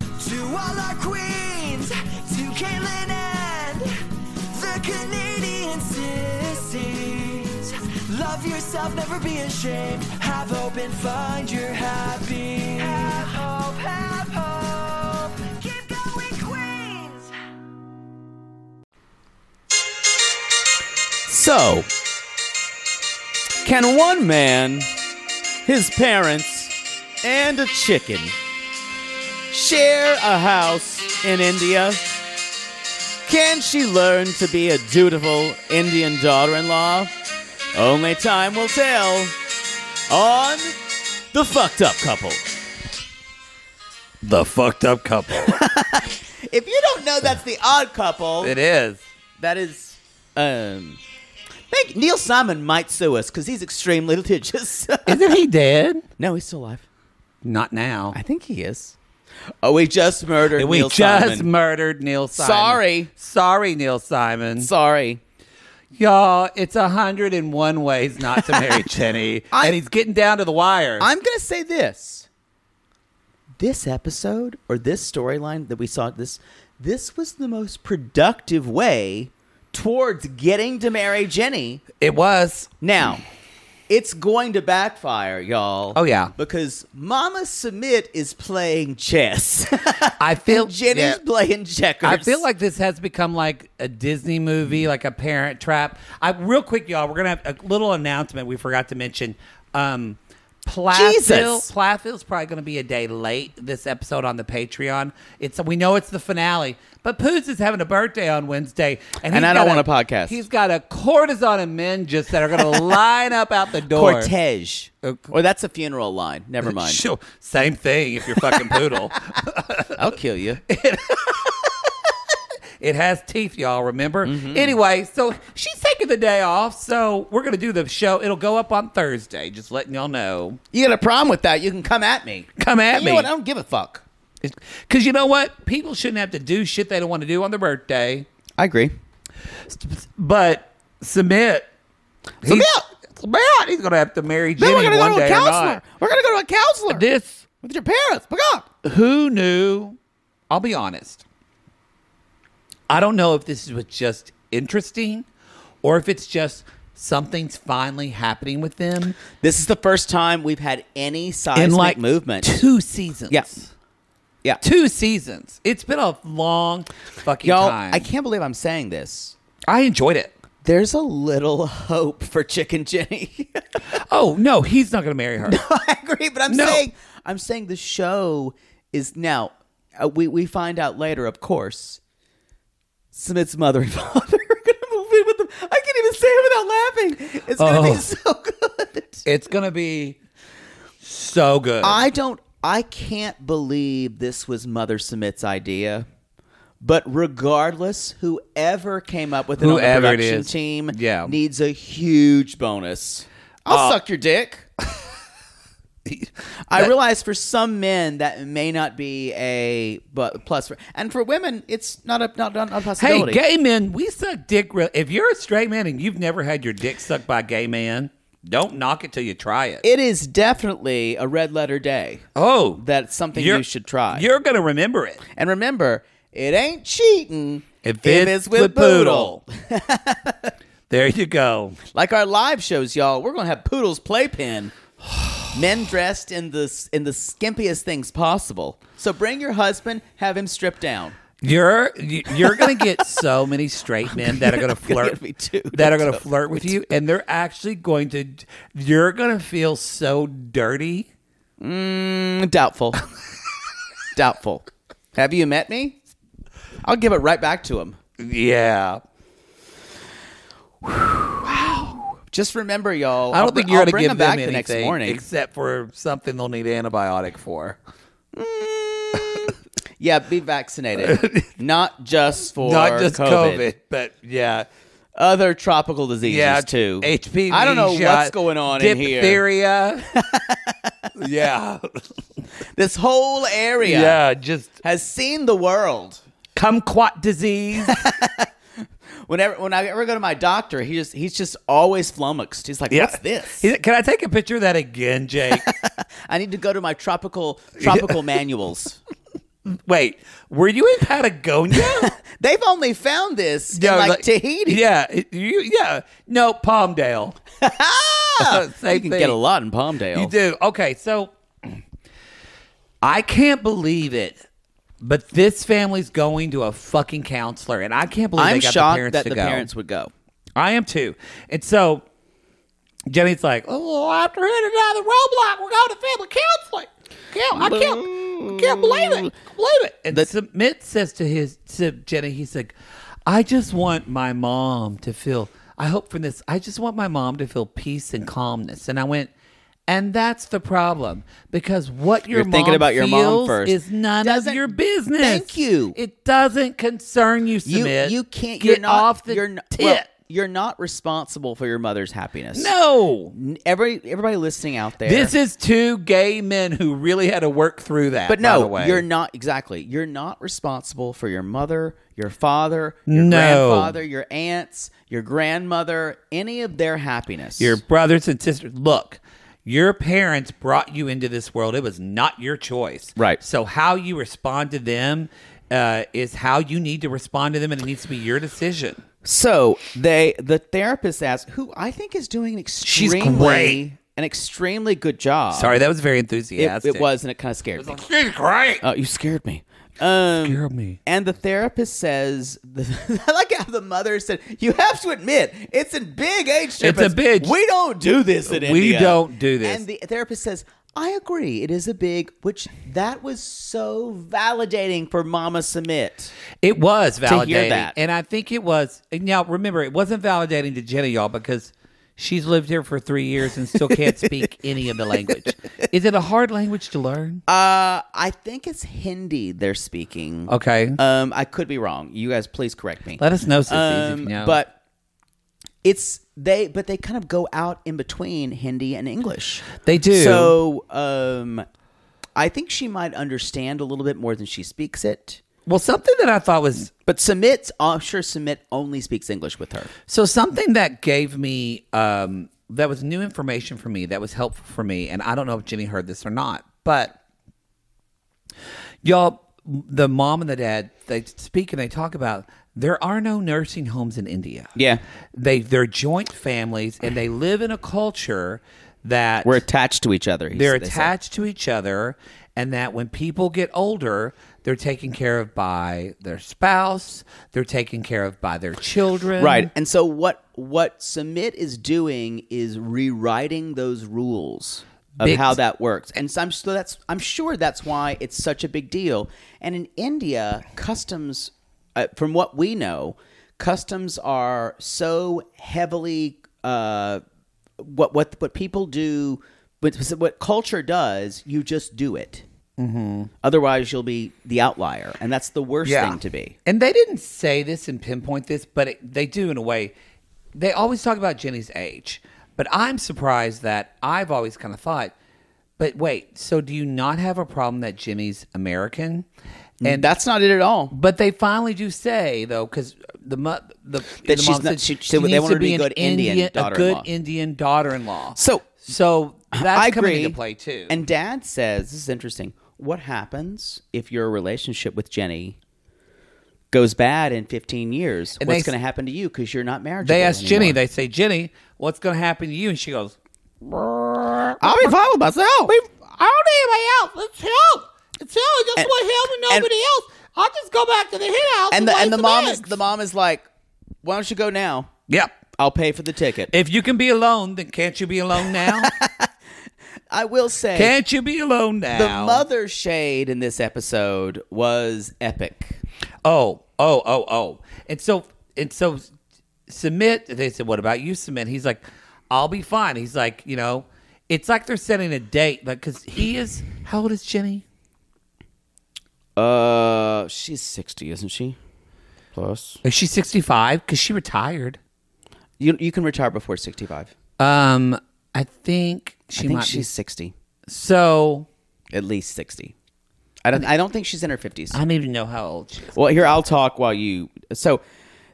Speaker 8: To all our queens, to Caitlin and the Canadian sissies. Love yourself, never be ashamed. Have hope and find your happy. Have hope, have hope. Keep going, queens.
Speaker 2: So, can one man, his parents, and a chicken share a house in India? Can she learn to be a dutiful Indian daughter in law? Only time will tell on The Fucked Up Couple.
Speaker 4: The fucked up couple.
Speaker 5: If you don't know that's the odd couple,
Speaker 4: it is.
Speaker 5: that is. Um, thank, Neil Simon might sue us because he's extremely litigious.
Speaker 4: Isn't he dead?
Speaker 5: no, he's still alive.
Speaker 4: Not now.
Speaker 5: I think he is. Oh, we just murdered
Speaker 4: we
Speaker 5: Neil
Speaker 4: just
Speaker 5: Simon.
Speaker 4: murdered Neil Simon.
Speaker 5: Sorry.
Speaker 4: Sorry, Neil Simon.
Speaker 5: Sorry.
Speaker 4: Y'all, it's 101 ways not to marry Jenny.
Speaker 5: I-
Speaker 4: and he's getting down to the wire.
Speaker 5: I'm going to say this. This episode or this storyline that we saw this this was the most productive way towards getting to marry Jenny.
Speaker 4: it was.
Speaker 5: Now, it's going to backfire, y'all.
Speaker 4: Oh, yeah.
Speaker 5: Because Mama Submit is playing chess.
Speaker 4: I feel.
Speaker 5: Jenny's
Speaker 4: yeah.
Speaker 5: playing checkers.
Speaker 4: I feel like this has become like a Disney movie, like a Parent Trap. I real quick, y'all. We're gonna have a little announcement we forgot to mention. Um, Plathville,
Speaker 5: Jesus.
Speaker 4: Plathville's probably gonna be a day late this episode on the Patreon. It's we know it's the finale, but Poos is having a birthday on Wednesday, and,
Speaker 5: And
Speaker 4: he's
Speaker 5: I don't
Speaker 4: got
Speaker 5: want a podcast.
Speaker 4: He's got a courtesan and men just that are gonna line up out the door.
Speaker 5: cortege. Or that's a funeral line. Never mind.
Speaker 4: Oh, Sure, same thing. If you're fucking poodle,
Speaker 5: I'll kill you.
Speaker 4: It has teeth, y'all, remember?
Speaker 5: Mm-hmm.
Speaker 4: Anyway, so she's taking the day off, so we're going to do the show. It'll go up on Thursday, just letting y'all know.
Speaker 5: You got a problem with that? You can come at me.
Speaker 4: Come at
Speaker 5: You know
Speaker 4: me.
Speaker 5: what? I don't give a fuck.
Speaker 4: Because you know what? People shouldn't have to do shit they don't want to do on their birthday,
Speaker 5: I agree.
Speaker 4: but submit. He's-
Speaker 5: Submit.
Speaker 4: Submit. He's going to have to marry
Speaker 5: Then
Speaker 4: Jenny
Speaker 5: we're gonna
Speaker 4: one
Speaker 5: go to a
Speaker 4: day or not.
Speaker 5: counselor. We're gonna go to a counselor
Speaker 4: This,
Speaker 5: with your parents. Fuck off.
Speaker 4: who knew? I'll be honest. I don't know if this was just interesting or if it's just something's finally happening with them.
Speaker 5: This is the first time we've had any seismic movement.
Speaker 4: Two seasons.
Speaker 5: Yeah. Yeah.
Speaker 4: Two seasons. It's been a long fucking
Speaker 5: Y'all,
Speaker 4: time.
Speaker 5: I can't believe I'm saying this.
Speaker 4: I enjoyed it.
Speaker 5: There's a little hope for Chicken Jenny.
Speaker 4: Oh no, he's not gonna marry her.
Speaker 5: I agree, but I'm
Speaker 4: No.
Speaker 5: saying I'm saying the show is now. Uh, we we find out later, of course. Smith's mother and father are gonna move in with them. I can't even say it without laughing. It's gonna
Speaker 4: Oh.
Speaker 5: be so good.
Speaker 4: It's gonna be so good.
Speaker 5: I don't. I can't believe this was Mother Submit's idea. But regardless, whoever came up with it on
Speaker 4: Whoever
Speaker 5: the
Speaker 4: it
Speaker 5: production
Speaker 4: is.
Speaker 5: team
Speaker 4: Yeah. Uh,
Speaker 5: needs a huge bonus. I'll suck your dick. I realize for some men that may not be a bu- plus, for, and for women it's not a not, not a
Speaker 4: hey,
Speaker 5: possibility.
Speaker 4: gay men, we suck dick real if you're a straight man and you've never had your dick sucked by a gay man, don't knock it till you try it.
Speaker 5: it is definitely a red letter day.
Speaker 4: oh
Speaker 5: That's something
Speaker 4: you're-
Speaker 5: you should try.
Speaker 4: You're gonna remember it.
Speaker 5: And remember, it ain't cheating
Speaker 4: If it's with Poodle. There you go.
Speaker 5: Like our live shows, y'all, we're gonna have Poodle's playpen. Men dressed in the in the skimpiest things possible. So bring your husband, have him stripped down.
Speaker 4: You're you- you're gonna get so many straight men that are gonna flirt
Speaker 5: get me too.
Speaker 4: that are gonna flirt with you, and they're actually going to. You're gonna feel so dirty.
Speaker 5: Mm, Doubtful. Doubtful. Have you met me? I'll give it right back to him.
Speaker 4: Yeah,
Speaker 5: Just remember, y'all.
Speaker 4: I
Speaker 5: I'll
Speaker 4: don't
Speaker 5: br-
Speaker 4: think you're
Speaker 5: I'll
Speaker 4: gonna
Speaker 5: bring
Speaker 4: give
Speaker 5: him
Speaker 4: them
Speaker 5: back the
Speaker 4: anything
Speaker 5: next morning.
Speaker 4: except for something they'll need antibiotic for.
Speaker 5: Yeah, be vaccinated. Not just for
Speaker 4: Not just COVID,
Speaker 5: COVID.
Speaker 4: but yeah,
Speaker 5: Other tropical diseases
Speaker 4: yeah,
Speaker 5: too.
Speaker 4: HPV.
Speaker 5: I don't know
Speaker 4: shot,
Speaker 5: what's going on in here.
Speaker 4: Diphtheria. yeah,
Speaker 5: This whole area
Speaker 4: yeah, just
Speaker 5: has seen the world.
Speaker 4: kumquat disease.
Speaker 5: Whenever when I ever go to my doctor, he just he's just always flummoxed. He's like,
Speaker 4: Yeah.
Speaker 5: "What's this?
Speaker 4: He- Can I take a picture of that again, Jake?
Speaker 5: I need to go to my tropical tropical manuals."
Speaker 4: Wait, were you in Patagonia?
Speaker 5: They've only found this
Speaker 4: No,
Speaker 5: in like, Tahiti.
Speaker 4: Yeah, it- you, yeah. No, Palmdale.
Speaker 5: Ah!
Speaker 4: Same
Speaker 5: you can
Speaker 4: thing.
Speaker 5: get a lot in Palmdale.
Speaker 4: You do. Okay, so I can't believe it. But this family's going to a fucking counselor, and I can't believe
Speaker 5: I'm
Speaker 4: they got
Speaker 5: shocked
Speaker 4: the parents
Speaker 5: that
Speaker 4: to
Speaker 5: the
Speaker 4: go.
Speaker 5: parents would go.
Speaker 4: I am too. And so Jenny's like, "Oh, after hitting another roadblock, we're going to family counseling." Can't, I can't, can't believe it. Can't Believe it. And Submit says to his to Jenny, he's like, "I just want my mom to feel. I hope from this. I just want my mom to feel peace and calmness." And I went. And that's the problem because what your
Speaker 5: You're thinking
Speaker 4: mom
Speaker 5: about your mom
Speaker 4: feels
Speaker 5: first.
Speaker 4: is none
Speaker 5: Doesn't-
Speaker 4: of your business.
Speaker 5: Thank you.
Speaker 4: It doesn't concern you.
Speaker 5: You
Speaker 4: Submit.
Speaker 5: you can't.
Speaker 4: get
Speaker 5: you're not,
Speaker 4: off the
Speaker 5: you're not,
Speaker 4: tip.
Speaker 5: well, you're not responsible for your mother's happiness.
Speaker 4: no,
Speaker 5: N- Every everybody listening out there.
Speaker 4: This is two gay men who really had to work through that.
Speaker 5: But
Speaker 4: by
Speaker 5: no,
Speaker 4: the way.
Speaker 5: you're not exactly. You're not responsible for your mother, your father, your
Speaker 4: No.
Speaker 5: grandfather, your aunts, your grandmother, any of their happiness.
Speaker 4: your brothers and sisters. Look, your parents brought you into this world. It was not your choice,
Speaker 5: Right.
Speaker 4: So how you respond to them uh, is how you need to respond to them, and it needs to be your decision.
Speaker 5: So they the therapist asked, who I think is doing an
Speaker 4: She's
Speaker 5: extremely
Speaker 4: great.
Speaker 5: an extremely good job.
Speaker 4: Sorry, that was very
Speaker 5: it,
Speaker 4: enthusiastic.
Speaker 5: it was, and it kind of scared me.
Speaker 4: She's great.
Speaker 5: Oh, you scared me. Um,
Speaker 4: Scared me.
Speaker 5: And the therapist says, I like how the mother said, "You have to admit, it's a big age
Speaker 4: It's a
Speaker 5: difference.
Speaker 4: big-
Speaker 5: We don't do this in
Speaker 4: We
Speaker 5: India.
Speaker 4: don't do this.
Speaker 5: And the therapist says, "I agree, it is a big." Which that was so validating for Mama Submit.
Speaker 4: It was validating,
Speaker 5: hear that.
Speaker 4: and I think it was. And now remember, it wasn't validating to Jenny, y'all, because she's lived here for three years and still can't speak any of the language. Is it a hard language to learn?
Speaker 5: Uh, I think it's Hindi they're speaking.
Speaker 4: Okay.
Speaker 5: Um, I could be wrong. You guys, please correct me.
Speaker 4: Let us know, sissies, if
Speaker 5: Um,
Speaker 4: you know.
Speaker 5: But it's they, but they kind of go out in between Hindi and English.
Speaker 4: They do.
Speaker 5: So, um, I think she might understand a little bit more than she speaks it.
Speaker 4: well, something that I thought was
Speaker 5: But Sumit's, I'm sure Sumit only speaks English with her.
Speaker 4: so something that gave me um, that was new information for me that was helpful for me, and I don't know if Jenny heard this or not, but y'all, the mom and the dad they speak and they talk about there are no nursing homes in India.
Speaker 5: Yeah.
Speaker 4: they they're joint families and they live in a culture that
Speaker 5: We're attached to each other. he-
Speaker 4: they're
Speaker 5: they say.
Speaker 4: attached to each other and that when people get older they're taken care of by their spouse they're taken care of by their children
Speaker 5: Right. And so what what Submit is doing is rewriting those rules of
Speaker 4: Big-
Speaker 5: how that works. And so I'm so that's I'm sure that's why it's such a big deal. And in India, customs uh, from what we know, customs are so heavily uh, what what what people do what, what culture does, you just do it. Mm-hmm. Otherwise, you'll be the outlier, and that's the worst thing to be.
Speaker 4: and they didn't say this and pinpoint this but it, they do in a way they always talk about jenny's age but i'm surprised that i've always kind of thought but wait so do you not have a problem that jenny's american
Speaker 5: And that's not it at all.
Speaker 4: But they finally do say though, because the mo- the the
Speaker 5: she's
Speaker 4: mom
Speaker 5: not-
Speaker 4: said
Speaker 5: she- she-
Speaker 4: she
Speaker 5: they
Speaker 4: needs
Speaker 5: want her
Speaker 4: to be a good Indian, a
Speaker 5: daughter-in-law.
Speaker 4: good Indian daughter-in-law.
Speaker 5: So,
Speaker 4: so that's
Speaker 5: I agree.
Speaker 4: coming into play too.
Speaker 5: And Dad says this is interesting. What happens if your relationship with Jenny goes bad in 15 years?
Speaker 4: And
Speaker 5: What's
Speaker 4: they-
Speaker 5: going to happen to you because you're not married?
Speaker 4: they ask Jenny. They say, Jenny, what's going to happen to you? And she goes,
Speaker 5: I'll be fine with myself.
Speaker 4: I don't need anybody else. It's help. It's help. I just
Speaker 5: And-
Speaker 4: want help and
Speaker 5: and-
Speaker 4: nobody else. I'll just go back to the hit house
Speaker 5: And the,
Speaker 4: lay
Speaker 5: and the
Speaker 4: some
Speaker 5: mom is
Speaker 4: eggs."
Speaker 5: the mom is like, why don't you go now?
Speaker 4: Yep.
Speaker 5: I'll pay for the ticket.
Speaker 4: If you can be alone, then can't you be alone now?
Speaker 5: I will say
Speaker 4: can't you be alone now?
Speaker 5: the mother shade in this episode was epic.
Speaker 4: Oh, oh, oh, oh. And so and so submit they said, What about you, submit? He's like, I'll be fine. He's like, you know, it's like they're setting a date, but because he is how old is Jenny?
Speaker 5: Uh, she's sixty, isn't she? Plus,
Speaker 4: Is she 65? Because she retired.
Speaker 5: you you can retire before sixty-five.
Speaker 4: Um, I think
Speaker 5: I
Speaker 4: she
Speaker 5: think
Speaker 4: might
Speaker 5: she's
Speaker 4: be.
Speaker 5: sixty,
Speaker 4: So
Speaker 5: at least sixty. I don't. I don't think she's in her fifties.
Speaker 4: I don't even know how old she is.
Speaker 5: Well, here I'll talk while you. So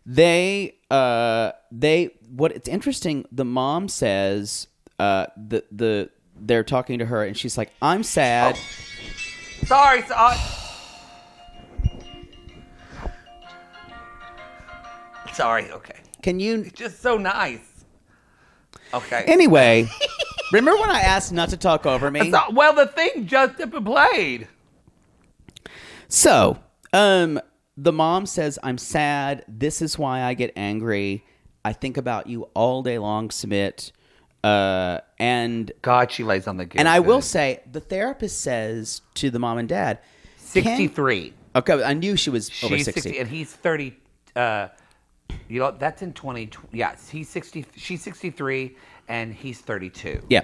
Speaker 5: they uh they what it's interesting. The mom says uh the the they're talking to her and she's like, "I'm sad."
Speaker 9: Sorry, sorry.
Speaker 4: Sorry. Okay.
Speaker 5: Can you?
Speaker 4: Just so nice. Okay.
Speaker 5: Anyway, remember when I asked not to talk over me?
Speaker 4: So- well, the thing Justin played.
Speaker 5: So, um, the mom says, I'm sad. This is why I get angry. I think about you all day long, Submit. Uh, and
Speaker 4: God, she lays on the.
Speaker 5: and I will say, the therapist says to the mom and dad, can-
Speaker 4: sixty-three.
Speaker 5: okay, I knew she was over
Speaker 4: She's
Speaker 5: 60.
Speaker 4: 60. and he's 30. Uh, you know, that's in 20. Yeah, he's 60. She's 63, and he's 32.
Speaker 5: Yeah.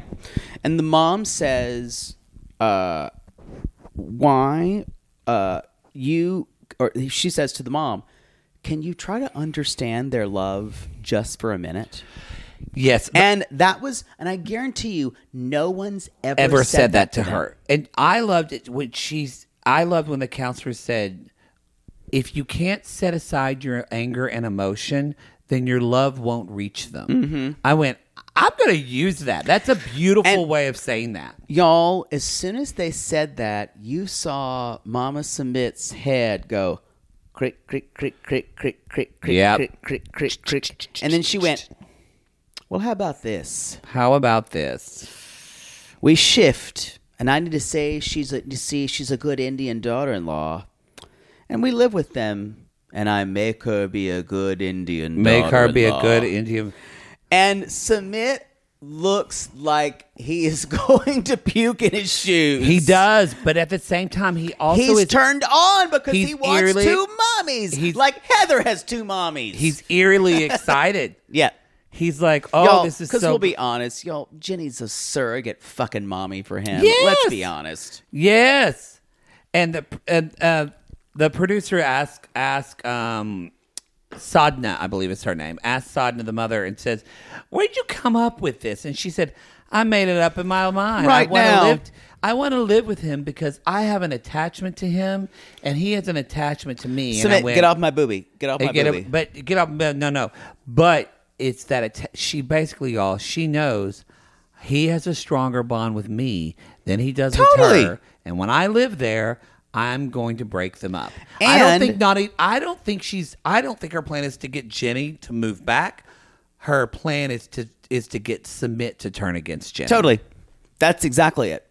Speaker 5: And the mom says, uh, why uh, you, or she says to the mom, can you try to understand their love just for a minute?
Speaker 4: Yes,
Speaker 5: And that was, and I guarantee you, no one's ever,
Speaker 4: ever said, that, to
Speaker 5: them.
Speaker 4: her. And I loved it when she's. I loved when the counselor said, "If you can't set aside your anger and emotion, then your love won't reach them." I went. I'm gonna use that. That's a beautiful
Speaker 5: And-
Speaker 4: way of saying that.
Speaker 5: Y'all, as soon as they said that, you saw Mama Submit's head go crick, crick, crick, crick, crick, crick, crick,
Speaker 4: Yep.
Speaker 5: crick, crick, crick, crick. And then she went, Well, how about this?
Speaker 4: How about this?
Speaker 5: We shift, and I need to say she's a, to see she's a good Indian daughter-in-law, and we live with them, and I make her be a good Indian.
Speaker 4: Make her be a
Speaker 5: daughter-in-law."
Speaker 4: good Indian.
Speaker 5: And Submit looks like he is going to puke in his shoes.
Speaker 4: He does, but at the same time, he also
Speaker 5: He's
Speaker 4: is
Speaker 5: turned on because
Speaker 4: he's
Speaker 5: he wants
Speaker 4: eerily-
Speaker 5: two mommies.
Speaker 4: he's-
Speaker 5: like Heather has two mommies.
Speaker 4: He's eerily excited.
Speaker 5: yeah.
Speaker 4: He's like, oh,
Speaker 5: y'all,
Speaker 4: this is
Speaker 5: because
Speaker 4: so.
Speaker 5: we'll be honest, y'all. Jenny's a surrogate fucking mommy for him.
Speaker 4: Yes!
Speaker 5: Let's be honest.
Speaker 4: yes, and the and, uh, the producer asked asked um, Sadna, I believe is her name, asked Sadna the mother and says, "Where'd you come up with this?" And she said, "I made it up in my mind.
Speaker 5: Right
Speaker 4: I wanna
Speaker 5: now.
Speaker 4: live- I want to live with him because I have an attachment to him, and he has an attachment to me." and I
Speaker 5: Submit,
Speaker 4: went,
Speaker 5: get off my booby. Get off
Speaker 4: Hey,
Speaker 5: my
Speaker 4: get up-
Speaker 5: booby.
Speaker 4: but get up. No, no, no. But it's that atta- she basically, y'all, she knows he has a stronger bond with me than he does
Speaker 5: Totally.
Speaker 4: with her. And when I live there, I'm going to break them up. I don't
Speaker 5: And-
Speaker 4: think not. e- I don't think she's. I don't think her plan is to get Jenny to move back. Her plan is to is to get submit to turn against Jenny.
Speaker 5: Totally. That's exactly it.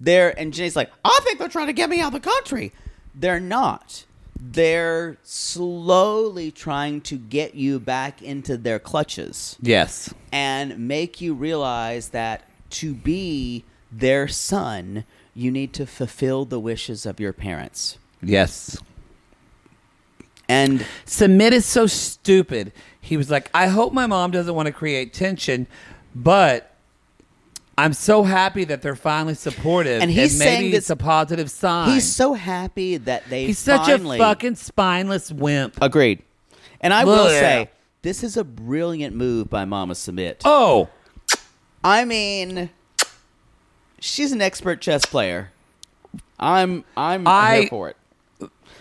Speaker 5: They're and Jenny's like, I think they're trying to get me out of the country. They're not. They're slowly trying to get you back into their clutches
Speaker 4: Yes.
Speaker 5: and make you realize that to be their son, you need to fulfill the wishes of your parents.
Speaker 4: Yes.
Speaker 5: And
Speaker 4: Submit is so stupid. He was like, I hope my mom doesn't want to create tension, but I'm so happy that they're finally supportive.
Speaker 5: And he's
Speaker 4: maybe
Speaker 5: saying
Speaker 4: it's
Speaker 5: this-
Speaker 4: a positive sign.
Speaker 5: he's so happy that they
Speaker 4: He's such
Speaker 5: finally
Speaker 4: a fucking spineless wimp.
Speaker 5: agreed. And I will
Speaker 4: Look.
Speaker 5: say, this is a brilliant move by Mama Submit.
Speaker 4: oh,
Speaker 5: I mean, she's an expert chess player. I'm I'm
Speaker 4: I-
Speaker 5: here for it.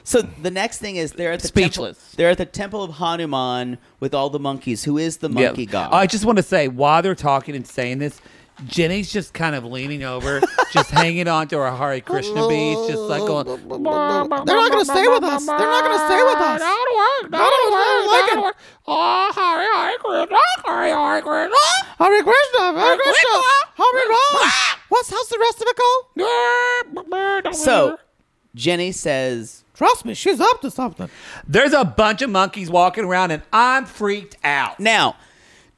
Speaker 5: So the next thing is they're at the
Speaker 4: Speechless.
Speaker 5: Temple, they're at the temple of Hanuman with all the monkeys. Who is the monkey
Speaker 4: yeah.
Speaker 5: god?
Speaker 4: I just want to say while they're talking and saying this, Jenny's just kind of leaning over, just hanging on to her Hare Krishna beads, just like going,
Speaker 6: They're not going to stay with us. They're not going to stay with us. Not work. Not work. Like it. Oh, Hare Hare Krishna. Hare Hare Krishna. Hare Krishna. Hare Krishna. Hare Krishna.
Speaker 4: Ah.
Speaker 6: What's how's the rest of it go?
Speaker 5: so Jenny says,
Speaker 6: trust me, she's up to something.
Speaker 4: There's a bunch of monkeys walking around, and I'm freaked out.
Speaker 5: "Now,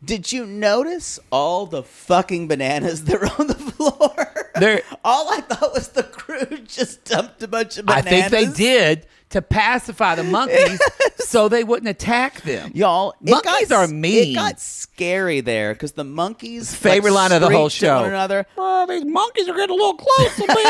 Speaker 5: did you notice all the fucking bananas that were on the floor?
Speaker 4: They're-
Speaker 5: all I thought was the crew just dumped a bunch of
Speaker 4: I
Speaker 5: bananas.
Speaker 4: think they did to pacify the monkeys so they wouldn't attack them.
Speaker 5: Y'all, it
Speaker 4: monkeys
Speaker 5: got,
Speaker 4: are mean.
Speaker 5: It got scary there because the monkeys
Speaker 4: Favorite
Speaker 5: like,
Speaker 4: line of the whole
Speaker 5: screeched at
Speaker 4: show.
Speaker 5: One another.
Speaker 6: these monkeys are getting a little close to me.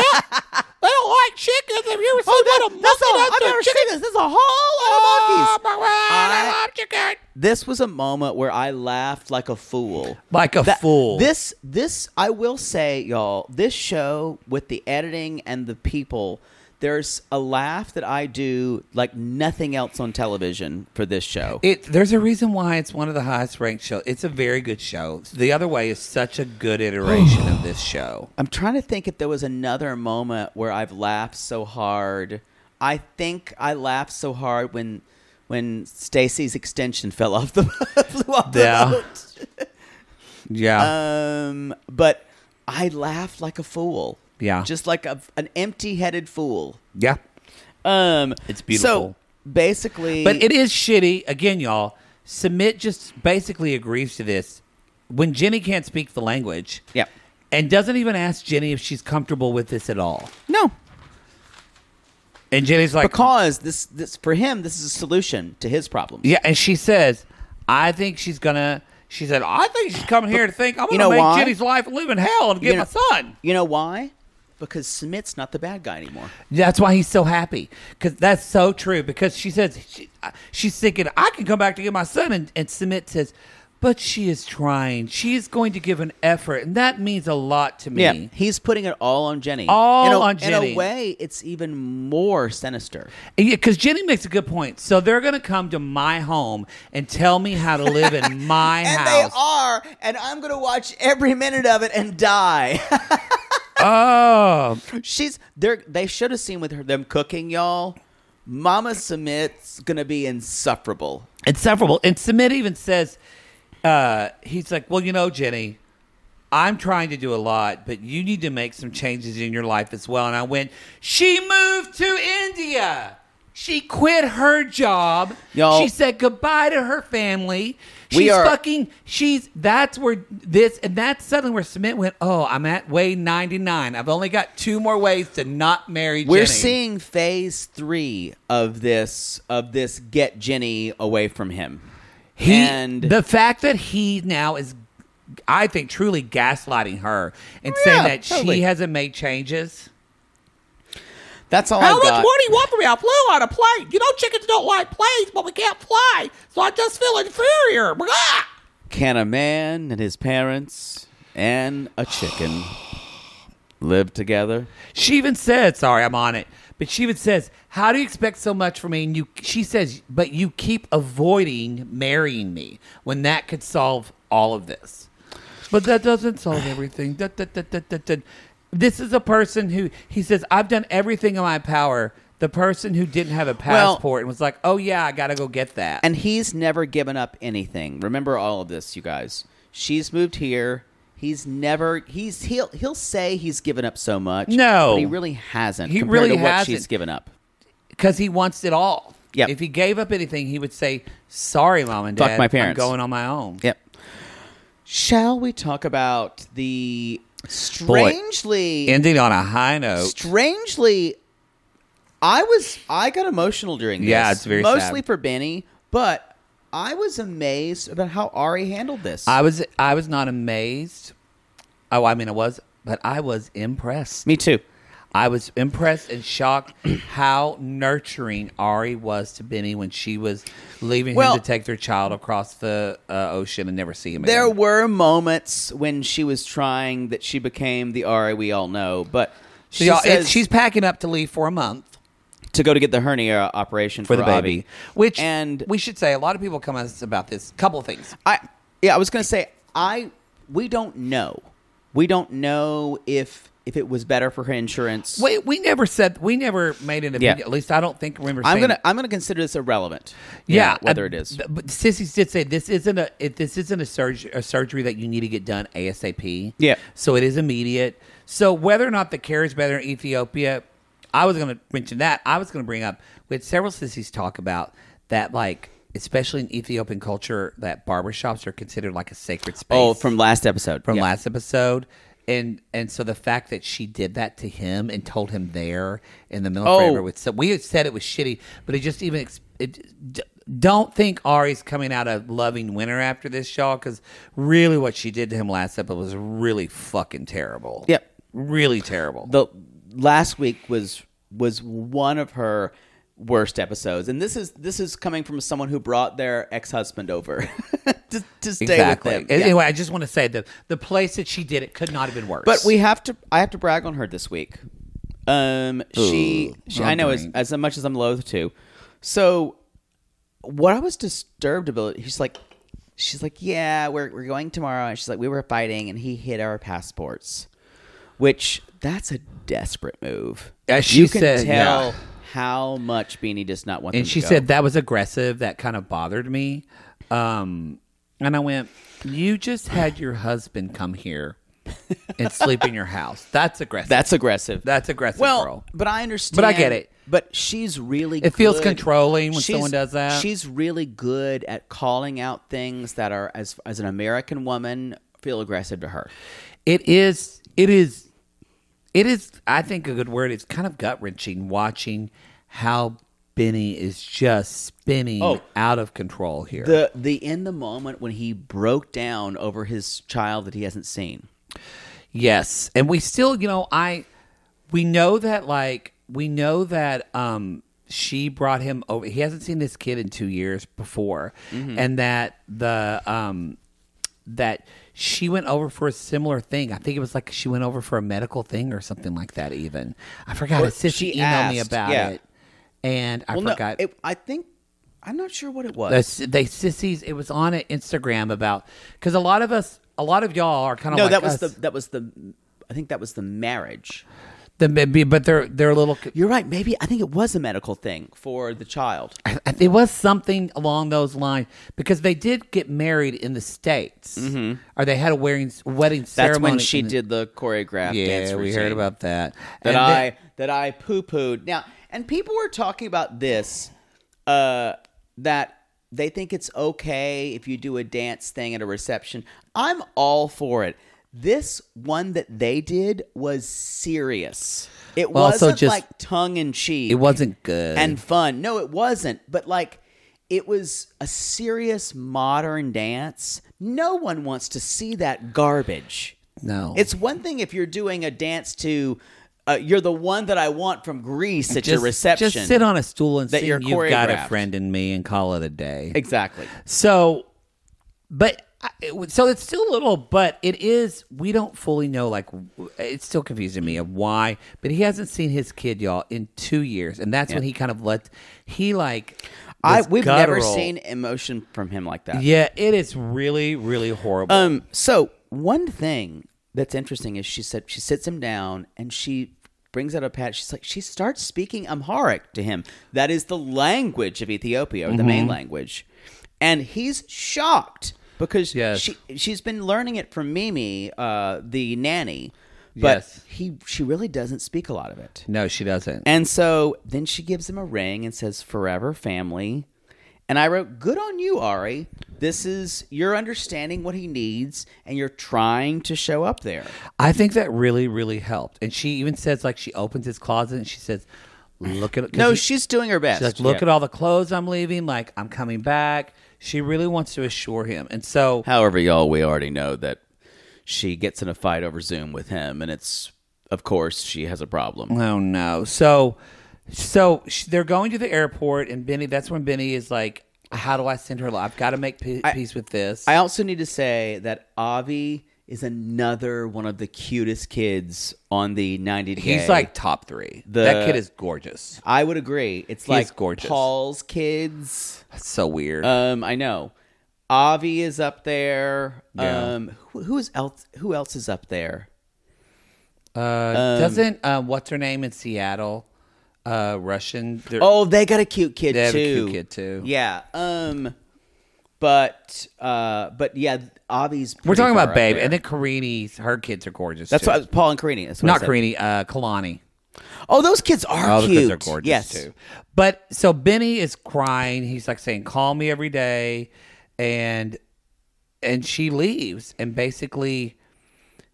Speaker 4: They don't like chickens. Have you ever seen
Speaker 5: Oh, that-
Speaker 4: what a
Speaker 5: that's
Speaker 4: monkey
Speaker 5: a-
Speaker 4: does
Speaker 5: I've
Speaker 4: to a
Speaker 5: never seen
Speaker 4: chicken?
Speaker 5: this. This is a whole lot of monkeys.
Speaker 4: Oh, my word,
Speaker 5: I-
Speaker 4: I love chicken.
Speaker 5: This was a moment where I laughed like a fool.
Speaker 4: Like a
Speaker 5: That-
Speaker 4: fool.
Speaker 5: This, this, I will say, y'all, this show with the editing and the people, there's a laugh that I do like nothing else on television for this show.
Speaker 4: It, there's a reason why it's one of the highest ranked shows. It's a very good show. The other way is such a good iteration of this show.
Speaker 5: I'm trying to think if there was another moment where I've laughed so hard. I think I laughed so hard when when Stacy's extension fell off the flew off the
Speaker 4: Yeah.
Speaker 5: boat.
Speaker 4: Yeah.
Speaker 5: Um, but I laughed like a fool.
Speaker 4: Yeah.
Speaker 5: just like a, an empty-headed fool.
Speaker 4: yeah.
Speaker 5: Um,
Speaker 4: It's beautiful.
Speaker 5: So basically,
Speaker 4: But it is shitty. Again, y'all, Submit just basically agrees to this. When Jenny can't speak the language.
Speaker 5: Yeah.
Speaker 4: And doesn't even ask Jenny if she's comfortable with this at all.
Speaker 5: no
Speaker 4: And Jenny's like,
Speaker 5: because this this for him this is a solution to his problem.
Speaker 4: Yeah, and she says, I think she's gonna. She said, I think she's coming here to think I'm
Speaker 5: You
Speaker 4: gonna
Speaker 5: know
Speaker 4: make
Speaker 5: why?
Speaker 4: Jenny's life live in hell and get
Speaker 5: You know-
Speaker 4: my son.
Speaker 5: You know why? Because Smith's not the bad guy anymore.
Speaker 4: That's why he's so happy because that's so true. Because she says she, uh, she's thinking I can come back to get my son, and, and Submit says, but she is trying. She is going to give an effort, and that means a lot to me.
Speaker 5: Yeah, he's putting it all on Jenny.
Speaker 4: All
Speaker 5: in a,
Speaker 4: on
Speaker 5: In
Speaker 4: Jenny.
Speaker 5: a way, it's even more sinister.
Speaker 4: Yeah, because Jenny makes a good point. So they're going to come to my home and tell me how to live in my
Speaker 5: And they
Speaker 4: house.
Speaker 5: are, and I'm going to watch every minute of it and die.
Speaker 4: oh,
Speaker 5: She's they're they should have seen with her them cooking, y'all. Mama Submit's going to be insufferable.
Speaker 4: insufferable. And Submit even says, uh, he's like, well, you know, Jenny, I'm trying to do a lot, but you need to make some changes in your life as well. And I went, she moved to India. She quit her job.
Speaker 5: Y'all-
Speaker 4: she said goodbye to her family. She's
Speaker 5: We are-
Speaker 4: fucking. She's. That's where this and that's suddenly where Submit went. Oh, I'm at way 99. I've only got two more ways to not marry.
Speaker 5: We're
Speaker 4: Jenny."
Speaker 5: seeing phase 3 of this of this get Jenny away from him.
Speaker 4: He,
Speaker 5: And-
Speaker 4: the fact that he now is, I think, truly gaslighting her and saying that
Speaker 5: totally.
Speaker 4: she hasn't made changes. Oh,
Speaker 5: That's all I got.
Speaker 4: do you want from me? I flew on a plane. You know, chickens don't like planes, but we can't fly, so I just feel inferior.
Speaker 5: Can a man and his parents and a chicken live together?
Speaker 4: She even said, "Sorry, I'm on it." But she even says, "How do you expect so much from me?" And you, she says, "But you keep avoiding marrying me when that could solve all of this." But that doesn't solve everything. Da, da, da, da, da, da. This is a person who he says, "I've done everything in my power." The person who didn't have a
Speaker 5: Well-
Speaker 4: passport and was like, "Oh yeah, I gotta go get that."
Speaker 5: And he's never given up anything. Remember all of this, you guys. She's moved here. He's never he's he'll he'll say he's given up so much.
Speaker 4: No.
Speaker 5: But he really hasn't
Speaker 4: He
Speaker 5: compared
Speaker 4: really
Speaker 5: to what she's
Speaker 4: hasn't.
Speaker 5: given up.
Speaker 4: because he wants it all.
Speaker 5: Yep.
Speaker 4: If he gave up anything, he would say, "Sorry, mom and
Speaker 5: Fuck
Speaker 4: dad,
Speaker 5: my parents."
Speaker 4: I'm going on my own."
Speaker 5: Yep. Shall we talk about the strangely
Speaker 4: Ending on a high note.
Speaker 5: strangely i was i got emotional during this
Speaker 4: Yeah, it's very
Speaker 5: mostly
Speaker 4: sad.
Speaker 5: for benny but i was amazed about how ari handled this
Speaker 4: I was I was not amazed. Oh, I mean I was, but I was impressed.
Speaker 5: me too
Speaker 4: I was impressed and shocked how nurturing Ari was to Benny when she was leaving
Speaker 5: Well-
Speaker 4: him to take their child across the uh, ocean and never see him again.
Speaker 5: there were moments when she was trying that she became the ari we all know but
Speaker 4: so
Speaker 5: she
Speaker 4: y'all, it-
Speaker 5: says
Speaker 4: she's packing up to leave for a month
Speaker 5: to go to get the hernia operation
Speaker 4: for,
Speaker 5: for,
Speaker 4: the baby,
Speaker 5: Avi.
Speaker 4: which
Speaker 5: and
Speaker 4: we should say a lot of people come us about this. Couple of things.
Speaker 5: I yeah, I was gonna say I we don't know. We don't know if if it was better for her insurance.
Speaker 4: We, we never said we never made an
Speaker 5: Yeah.
Speaker 4: opinion. At least I don't think remember.
Speaker 5: I'm
Speaker 4: saying-
Speaker 5: gonna I'm gonna consider this irrelevant.
Speaker 4: yeah, uh,
Speaker 5: whether it is.
Speaker 4: th- But Sissy did say this isn't a it, this isn't a, surg- a surgery that you need to get done ASAP.
Speaker 5: Yeah.
Speaker 4: so it is immediate. So whether or not the care is better in Ethiopia, I was going to mention that. I was going to bring up we had several sissies talk about that, like especially in Ethiopian culture, that barbershops are considered like a sacred space
Speaker 5: Oh, from last episode.
Speaker 4: from
Speaker 5: Yeah.
Speaker 4: last episode. And and so the fact that she did that to him and told him there in the middle
Speaker 5: Oh.
Speaker 4: of forever with so we had said it was shitty, but it just even ex- it, d- don't think Ari's coming out a loving winner after this, y'all, because really what she did to him last episode was really fucking terrible.
Speaker 5: Yep.
Speaker 4: really terrible.
Speaker 5: the last week was was one of her worst episodes, and this is this is coming from someone who brought their ex husband over to, to stay
Speaker 4: exactly.
Speaker 5: with them. Yeah.
Speaker 4: Anyway, I just want to say that the place that she did it could not have been worse.
Speaker 5: But we have to. I have to brag on her this week. Um, she, she I know as, as much as I'm loath to. So, what I was disturbed about, he's like, she's like, yeah, we're we're going tomorrow, and she's like, we were fighting, and he hit our passports, which that's a desperate move.
Speaker 4: As she
Speaker 5: you can
Speaker 4: said,
Speaker 5: tell
Speaker 4: yeah.
Speaker 5: how much Beanie does not want. them
Speaker 4: and
Speaker 5: to
Speaker 4: she
Speaker 5: go.
Speaker 4: said that was aggressive. That kind of bothered me. Um, and I went, "You just had your husband come here and sleep in your house. That's aggressive.
Speaker 5: that's aggressive.
Speaker 4: that's aggressive,
Speaker 5: well,
Speaker 4: girl.
Speaker 5: but I understand.
Speaker 4: But I get it.
Speaker 5: But she's really.
Speaker 4: It feels
Speaker 5: good-
Speaker 4: controlling when
Speaker 5: she's-
Speaker 4: someone does that.
Speaker 5: She's really good at calling out things that are as as an American woman feel aggressive to her.
Speaker 4: It is. It is. It is. I think a good word. It's kind of gut wrenching watching how Benny is just spinning
Speaker 5: Oh.
Speaker 4: out of control here.
Speaker 5: The the in the moment when he broke down over his child that he hasn't seen.
Speaker 4: Yes. And we still, you know, I we know that like we know that um she brought him over he hasn't seen this kid in 2 years before
Speaker 5: Mm-hmm.
Speaker 4: and that the um that she went over for a similar thing. I think it was like she went over for a medical thing or something like that even. I forgot.
Speaker 5: Well,
Speaker 4: It says
Speaker 5: she
Speaker 4: she emailed me
Speaker 5: asked,
Speaker 4: about
Speaker 5: yeah.
Speaker 4: it. And I
Speaker 5: well,
Speaker 4: forgot.
Speaker 5: no, it, I think I'm not sure what it was.
Speaker 4: The s- they sissies. It was on an Instagram about because a lot of us, a lot of y'all are kind of
Speaker 5: no,
Speaker 4: like
Speaker 5: that was
Speaker 4: us.
Speaker 5: the that was the I think that was the marriage.
Speaker 4: the but they're they're a little
Speaker 5: You're right. Maybe I think it was a medical thing for the child.
Speaker 4: I- it was something along those lines because they did get married in the states, or they had a wedding wedding
Speaker 5: Mm-hmm. That's
Speaker 4: ceremony.
Speaker 5: when she
Speaker 4: in the-
Speaker 5: did the choreographed dance
Speaker 4: Yeah, we heard
Speaker 5: routine.
Speaker 4: about that.
Speaker 5: that
Speaker 4: And
Speaker 5: I
Speaker 4: then-
Speaker 5: that I poo pooed. Now, and people were talking about this uh, that they think it's okay if you do a dance thing at a reception. I'm all for it. This one that they did was serious. It
Speaker 4: Well, also
Speaker 5: wasn't
Speaker 4: just-
Speaker 5: like tongue in cheek.
Speaker 4: it wasn't good.
Speaker 5: and fun. No, it wasn't. But like, it was a serious modern dance. No one wants to see that garbage.
Speaker 4: no,
Speaker 5: It's one thing if you're doing a dance to uh, "You're the one that I want" from Greece at your
Speaker 4: Just-
Speaker 5: reception.
Speaker 4: Just sit on a stool and
Speaker 5: that
Speaker 4: sing
Speaker 5: you're
Speaker 4: "You've Got a
Speaker 5: choreographed."
Speaker 4: Friend in Me" and call it a day.
Speaker 5: exactly.
Speaker 4: So, but I- it was- so it's still little, but it is. We don't fully know. Like it's still confusing me of why. But he hasn't seen his kid, y'all, in two years, and that's when he kind of let he like.
Speaker 5: I
Speaker 4: was
Speaker 5: we've never
Speaker 4: guttural.
Speaker 5: seen emotion from him like that.
Speaker 4: Yeah, it is really, really horrible.
Speaker 5: Um. So one thing that's interesting is she said she sits him down and she brings out a pad. She's like she starts speaking Amharic to him. That is the language of Ethiopia, or the
Speaker 4: Mm-hmm.
Speaker 5: main language, and he's shocked because
Speaker 4: Yes.
Speaker 5: she she's been learning it from Mimi, uh, the nanny. But
Speaker 4: Yes.
Speaker 5: he she really doesn't speak a lot of it.
Speaker 4: no, she doesn't.
Speaker 5: And so then she gives him a ring and says, Forever family. And I wrote, Good on you, Ari. This is, you're understanding what he needs and you're trying to show up there.
Speaker 4: I think that really, really helped. And she even says like she opens his closet and she says, "Look at 'cause
Speaker 5: No,
Speaker 4: he-
Speaker 5: she's doing her best.
Speaker 4: She's like, look
Speaker 5: Yeah.
Speaker 4: at all the clothes I'm leaving. Like, I'm coming back. She really wants to assure him. And so,
Speaker 5: However, y'all, we already know that she gets in a fight over Zoom with him. And it's, of course, she has a problem.
Speaker 4: Oh no! So, so sh- they're going to the airport, and Benny. That's when Benny is like, "How do I send her? love? I've got to make pe- peace with this."
Speaker 5: I also need to say that Avi is another one of the cutest kids on the 90 day.
Speaker 4: He's like top three. that kid is gorgeous.
Speaker 5: I would agree. It's like
Speaker 4: gorgeous.
Speaker 5: Paul's kids.
Speaker 4: That's so weird.
Speaker 5: Um, I know. Avi is up there.
Speaker 4: Yeah.
Speaker 5: Um, who, who is else? Who else is up there?
Speaker 4: Uh,
Speaker 5: Um,
Speaker 4: doesn't uh, what's her name in Seattle? Uh, Russian. They're-
Speaker 5: Oh, they got a cute kid
Speaker 4: They have
Speaker 5: too.
Speaker 4: a cute kid, too.
Speaker 5: Yeah. Um, but uh, but yeah, Avi's.
Speaker 4: we're
Speaker 5: pretty
Speaker 4: talking
Speaker 5: far
Speaker 4: about
Speaker 5: up
Speaker 4: Babe,
Speaker 5: there.
Speaker 4: and then Karini's. Her kids are gorgeous.
Speaker 5: that's
Speaker 4: too.
Speaker 5: what Paul and Karini. That's what I
Speaker 4: Not
Speaker 5: said.
Speaker 4: Karini. Uh, Kalani.
Speaker 5: Oh, those kids are
Speaker 4: All the
Speaker 5: cute.
Speaker 4: kids are gorgeous
Speaker 5: yes.
Speaker 4: too. But so Benny is crying. He's like saying, "Call me every day," and and she leaves. And basically,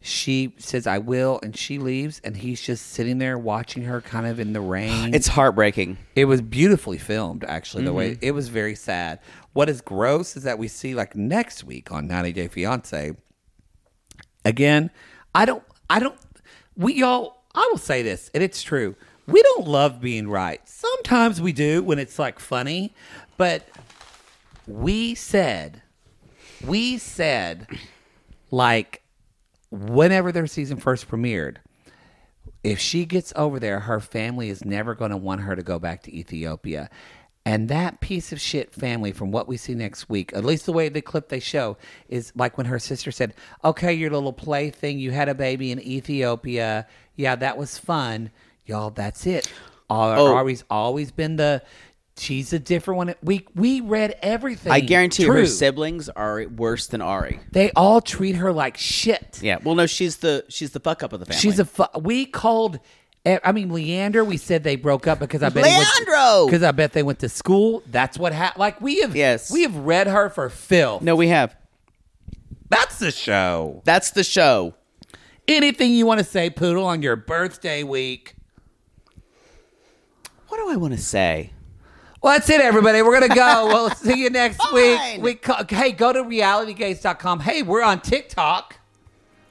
Speaker 4: she says, "I will," and she leaves. And he's just sitting there watching her, kind of in the rain.
Speaker 5: It's heartbreaking.
Speaker 4: it was beautifully filmed, actually. The way it was very sad. What is gross is that we see like next week on 90 Day Fiance. Again, I don't. I don't. We y'all. I will say this, and it's true. We don't love being right. Sometimes we do when it's like funny, but we said, we said, like, whenever their season first premiered, if she gets over there, her family is never going to want her to go back to Ethiopia. And that piece of shit family, from what we see next week, at least the way the clip they show, is like when her sister said, Okay, your little plaything, you had a baby in Ethiopia. Yeah, that was fun. Y'all, that's it. Ar-
Speaker 5: Oh.
Speaker 4: Ari's always been the. She's a different one. We we read everything.
Speaker 5: I guarantee you her
Speaker 4: True.
Speaker 5: siblings are worse than Ari.
Speaker 4: They all treat her like shit.
Speaker 5: Yeah. Well, no, she's the she's the fuck up of the family.
Speaker 4: She's a. Fu- we called. eh, I mean, Leander. We said they broke up because I bet
Speaker 5: Leandro!
Speaker 4: Because I bet they went to school. That's what happened. Like we have.
Speaker 5: Yes.
Speaker 4: We have read her for Phil.
Speaker 5: no. We have.
Speaker 4: that's the show.
Speaker 5: That's the show.
Speaker 4: Anything you want to say, Poodle, on your birthday week?
Speaker 5: What do I want to say?
Speaker 4: Well, that's it, everybody. We're going to go. we'll see you next
Speaker 5: Fine.
Speaker 4: week. We co- hey, go to realitygaze.com. Hey, we're on TikTok.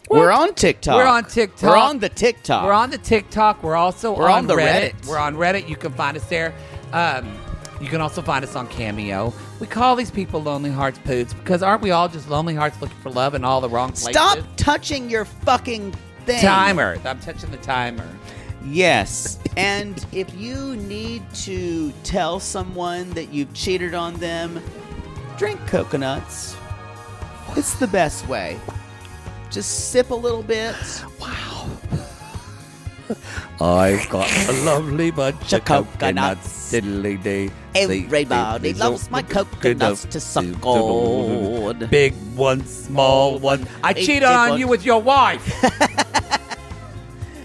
Speaker 5: We're on TikTok.
Speaker 4: We're on TikTok.
Speaker 5: We're on the TikTok.
Speaker 4: We're on the TikTok. We're also
Speaker 5: We're on the
Speaker 4: Reddit.
Speaker 5: Reddit.
Speaker 4: We're on Reddit. You can find us there. Um, you can also find us on Cameo. We call these people lonely hearts poots because aren't we all just lonely hearts looking for love in all the wrong places?
Speaker 5: Stop touching your fucking thing.
Speaker 4: Timer. I'm touching the timer.
Speaker 5: Yes. and if you need to tell someone that you've cheated on them, drink coconuts. It's the best way. Just sip a little bit.
Speaker 4: I've got a lovely bunch
Speaker 5: of coconuts.
Speaker 4: Diddly dee.
Speaker 5: Everybody loves my coconuts to suck on.
Speaker 4: Big one, small one. I
Speaker 5: Big,
Speaker 4: cheated
Speaker 5: big
Speaker 4: on
Speaker 5: one.
Speaker 4: you with your wife.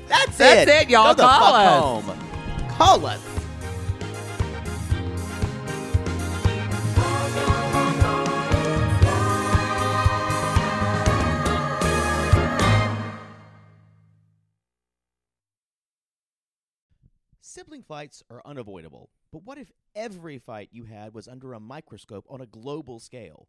Speaker 5: That's,
Speaker 4: That's it, y'all.
Speaker 5: Go the
Speaker 4: Call us.
Speaker 5: fuck home. Call us.
Speaker 6: Sibling fights are unavoidable, but what if every fight you had was under a microscope on a global scale?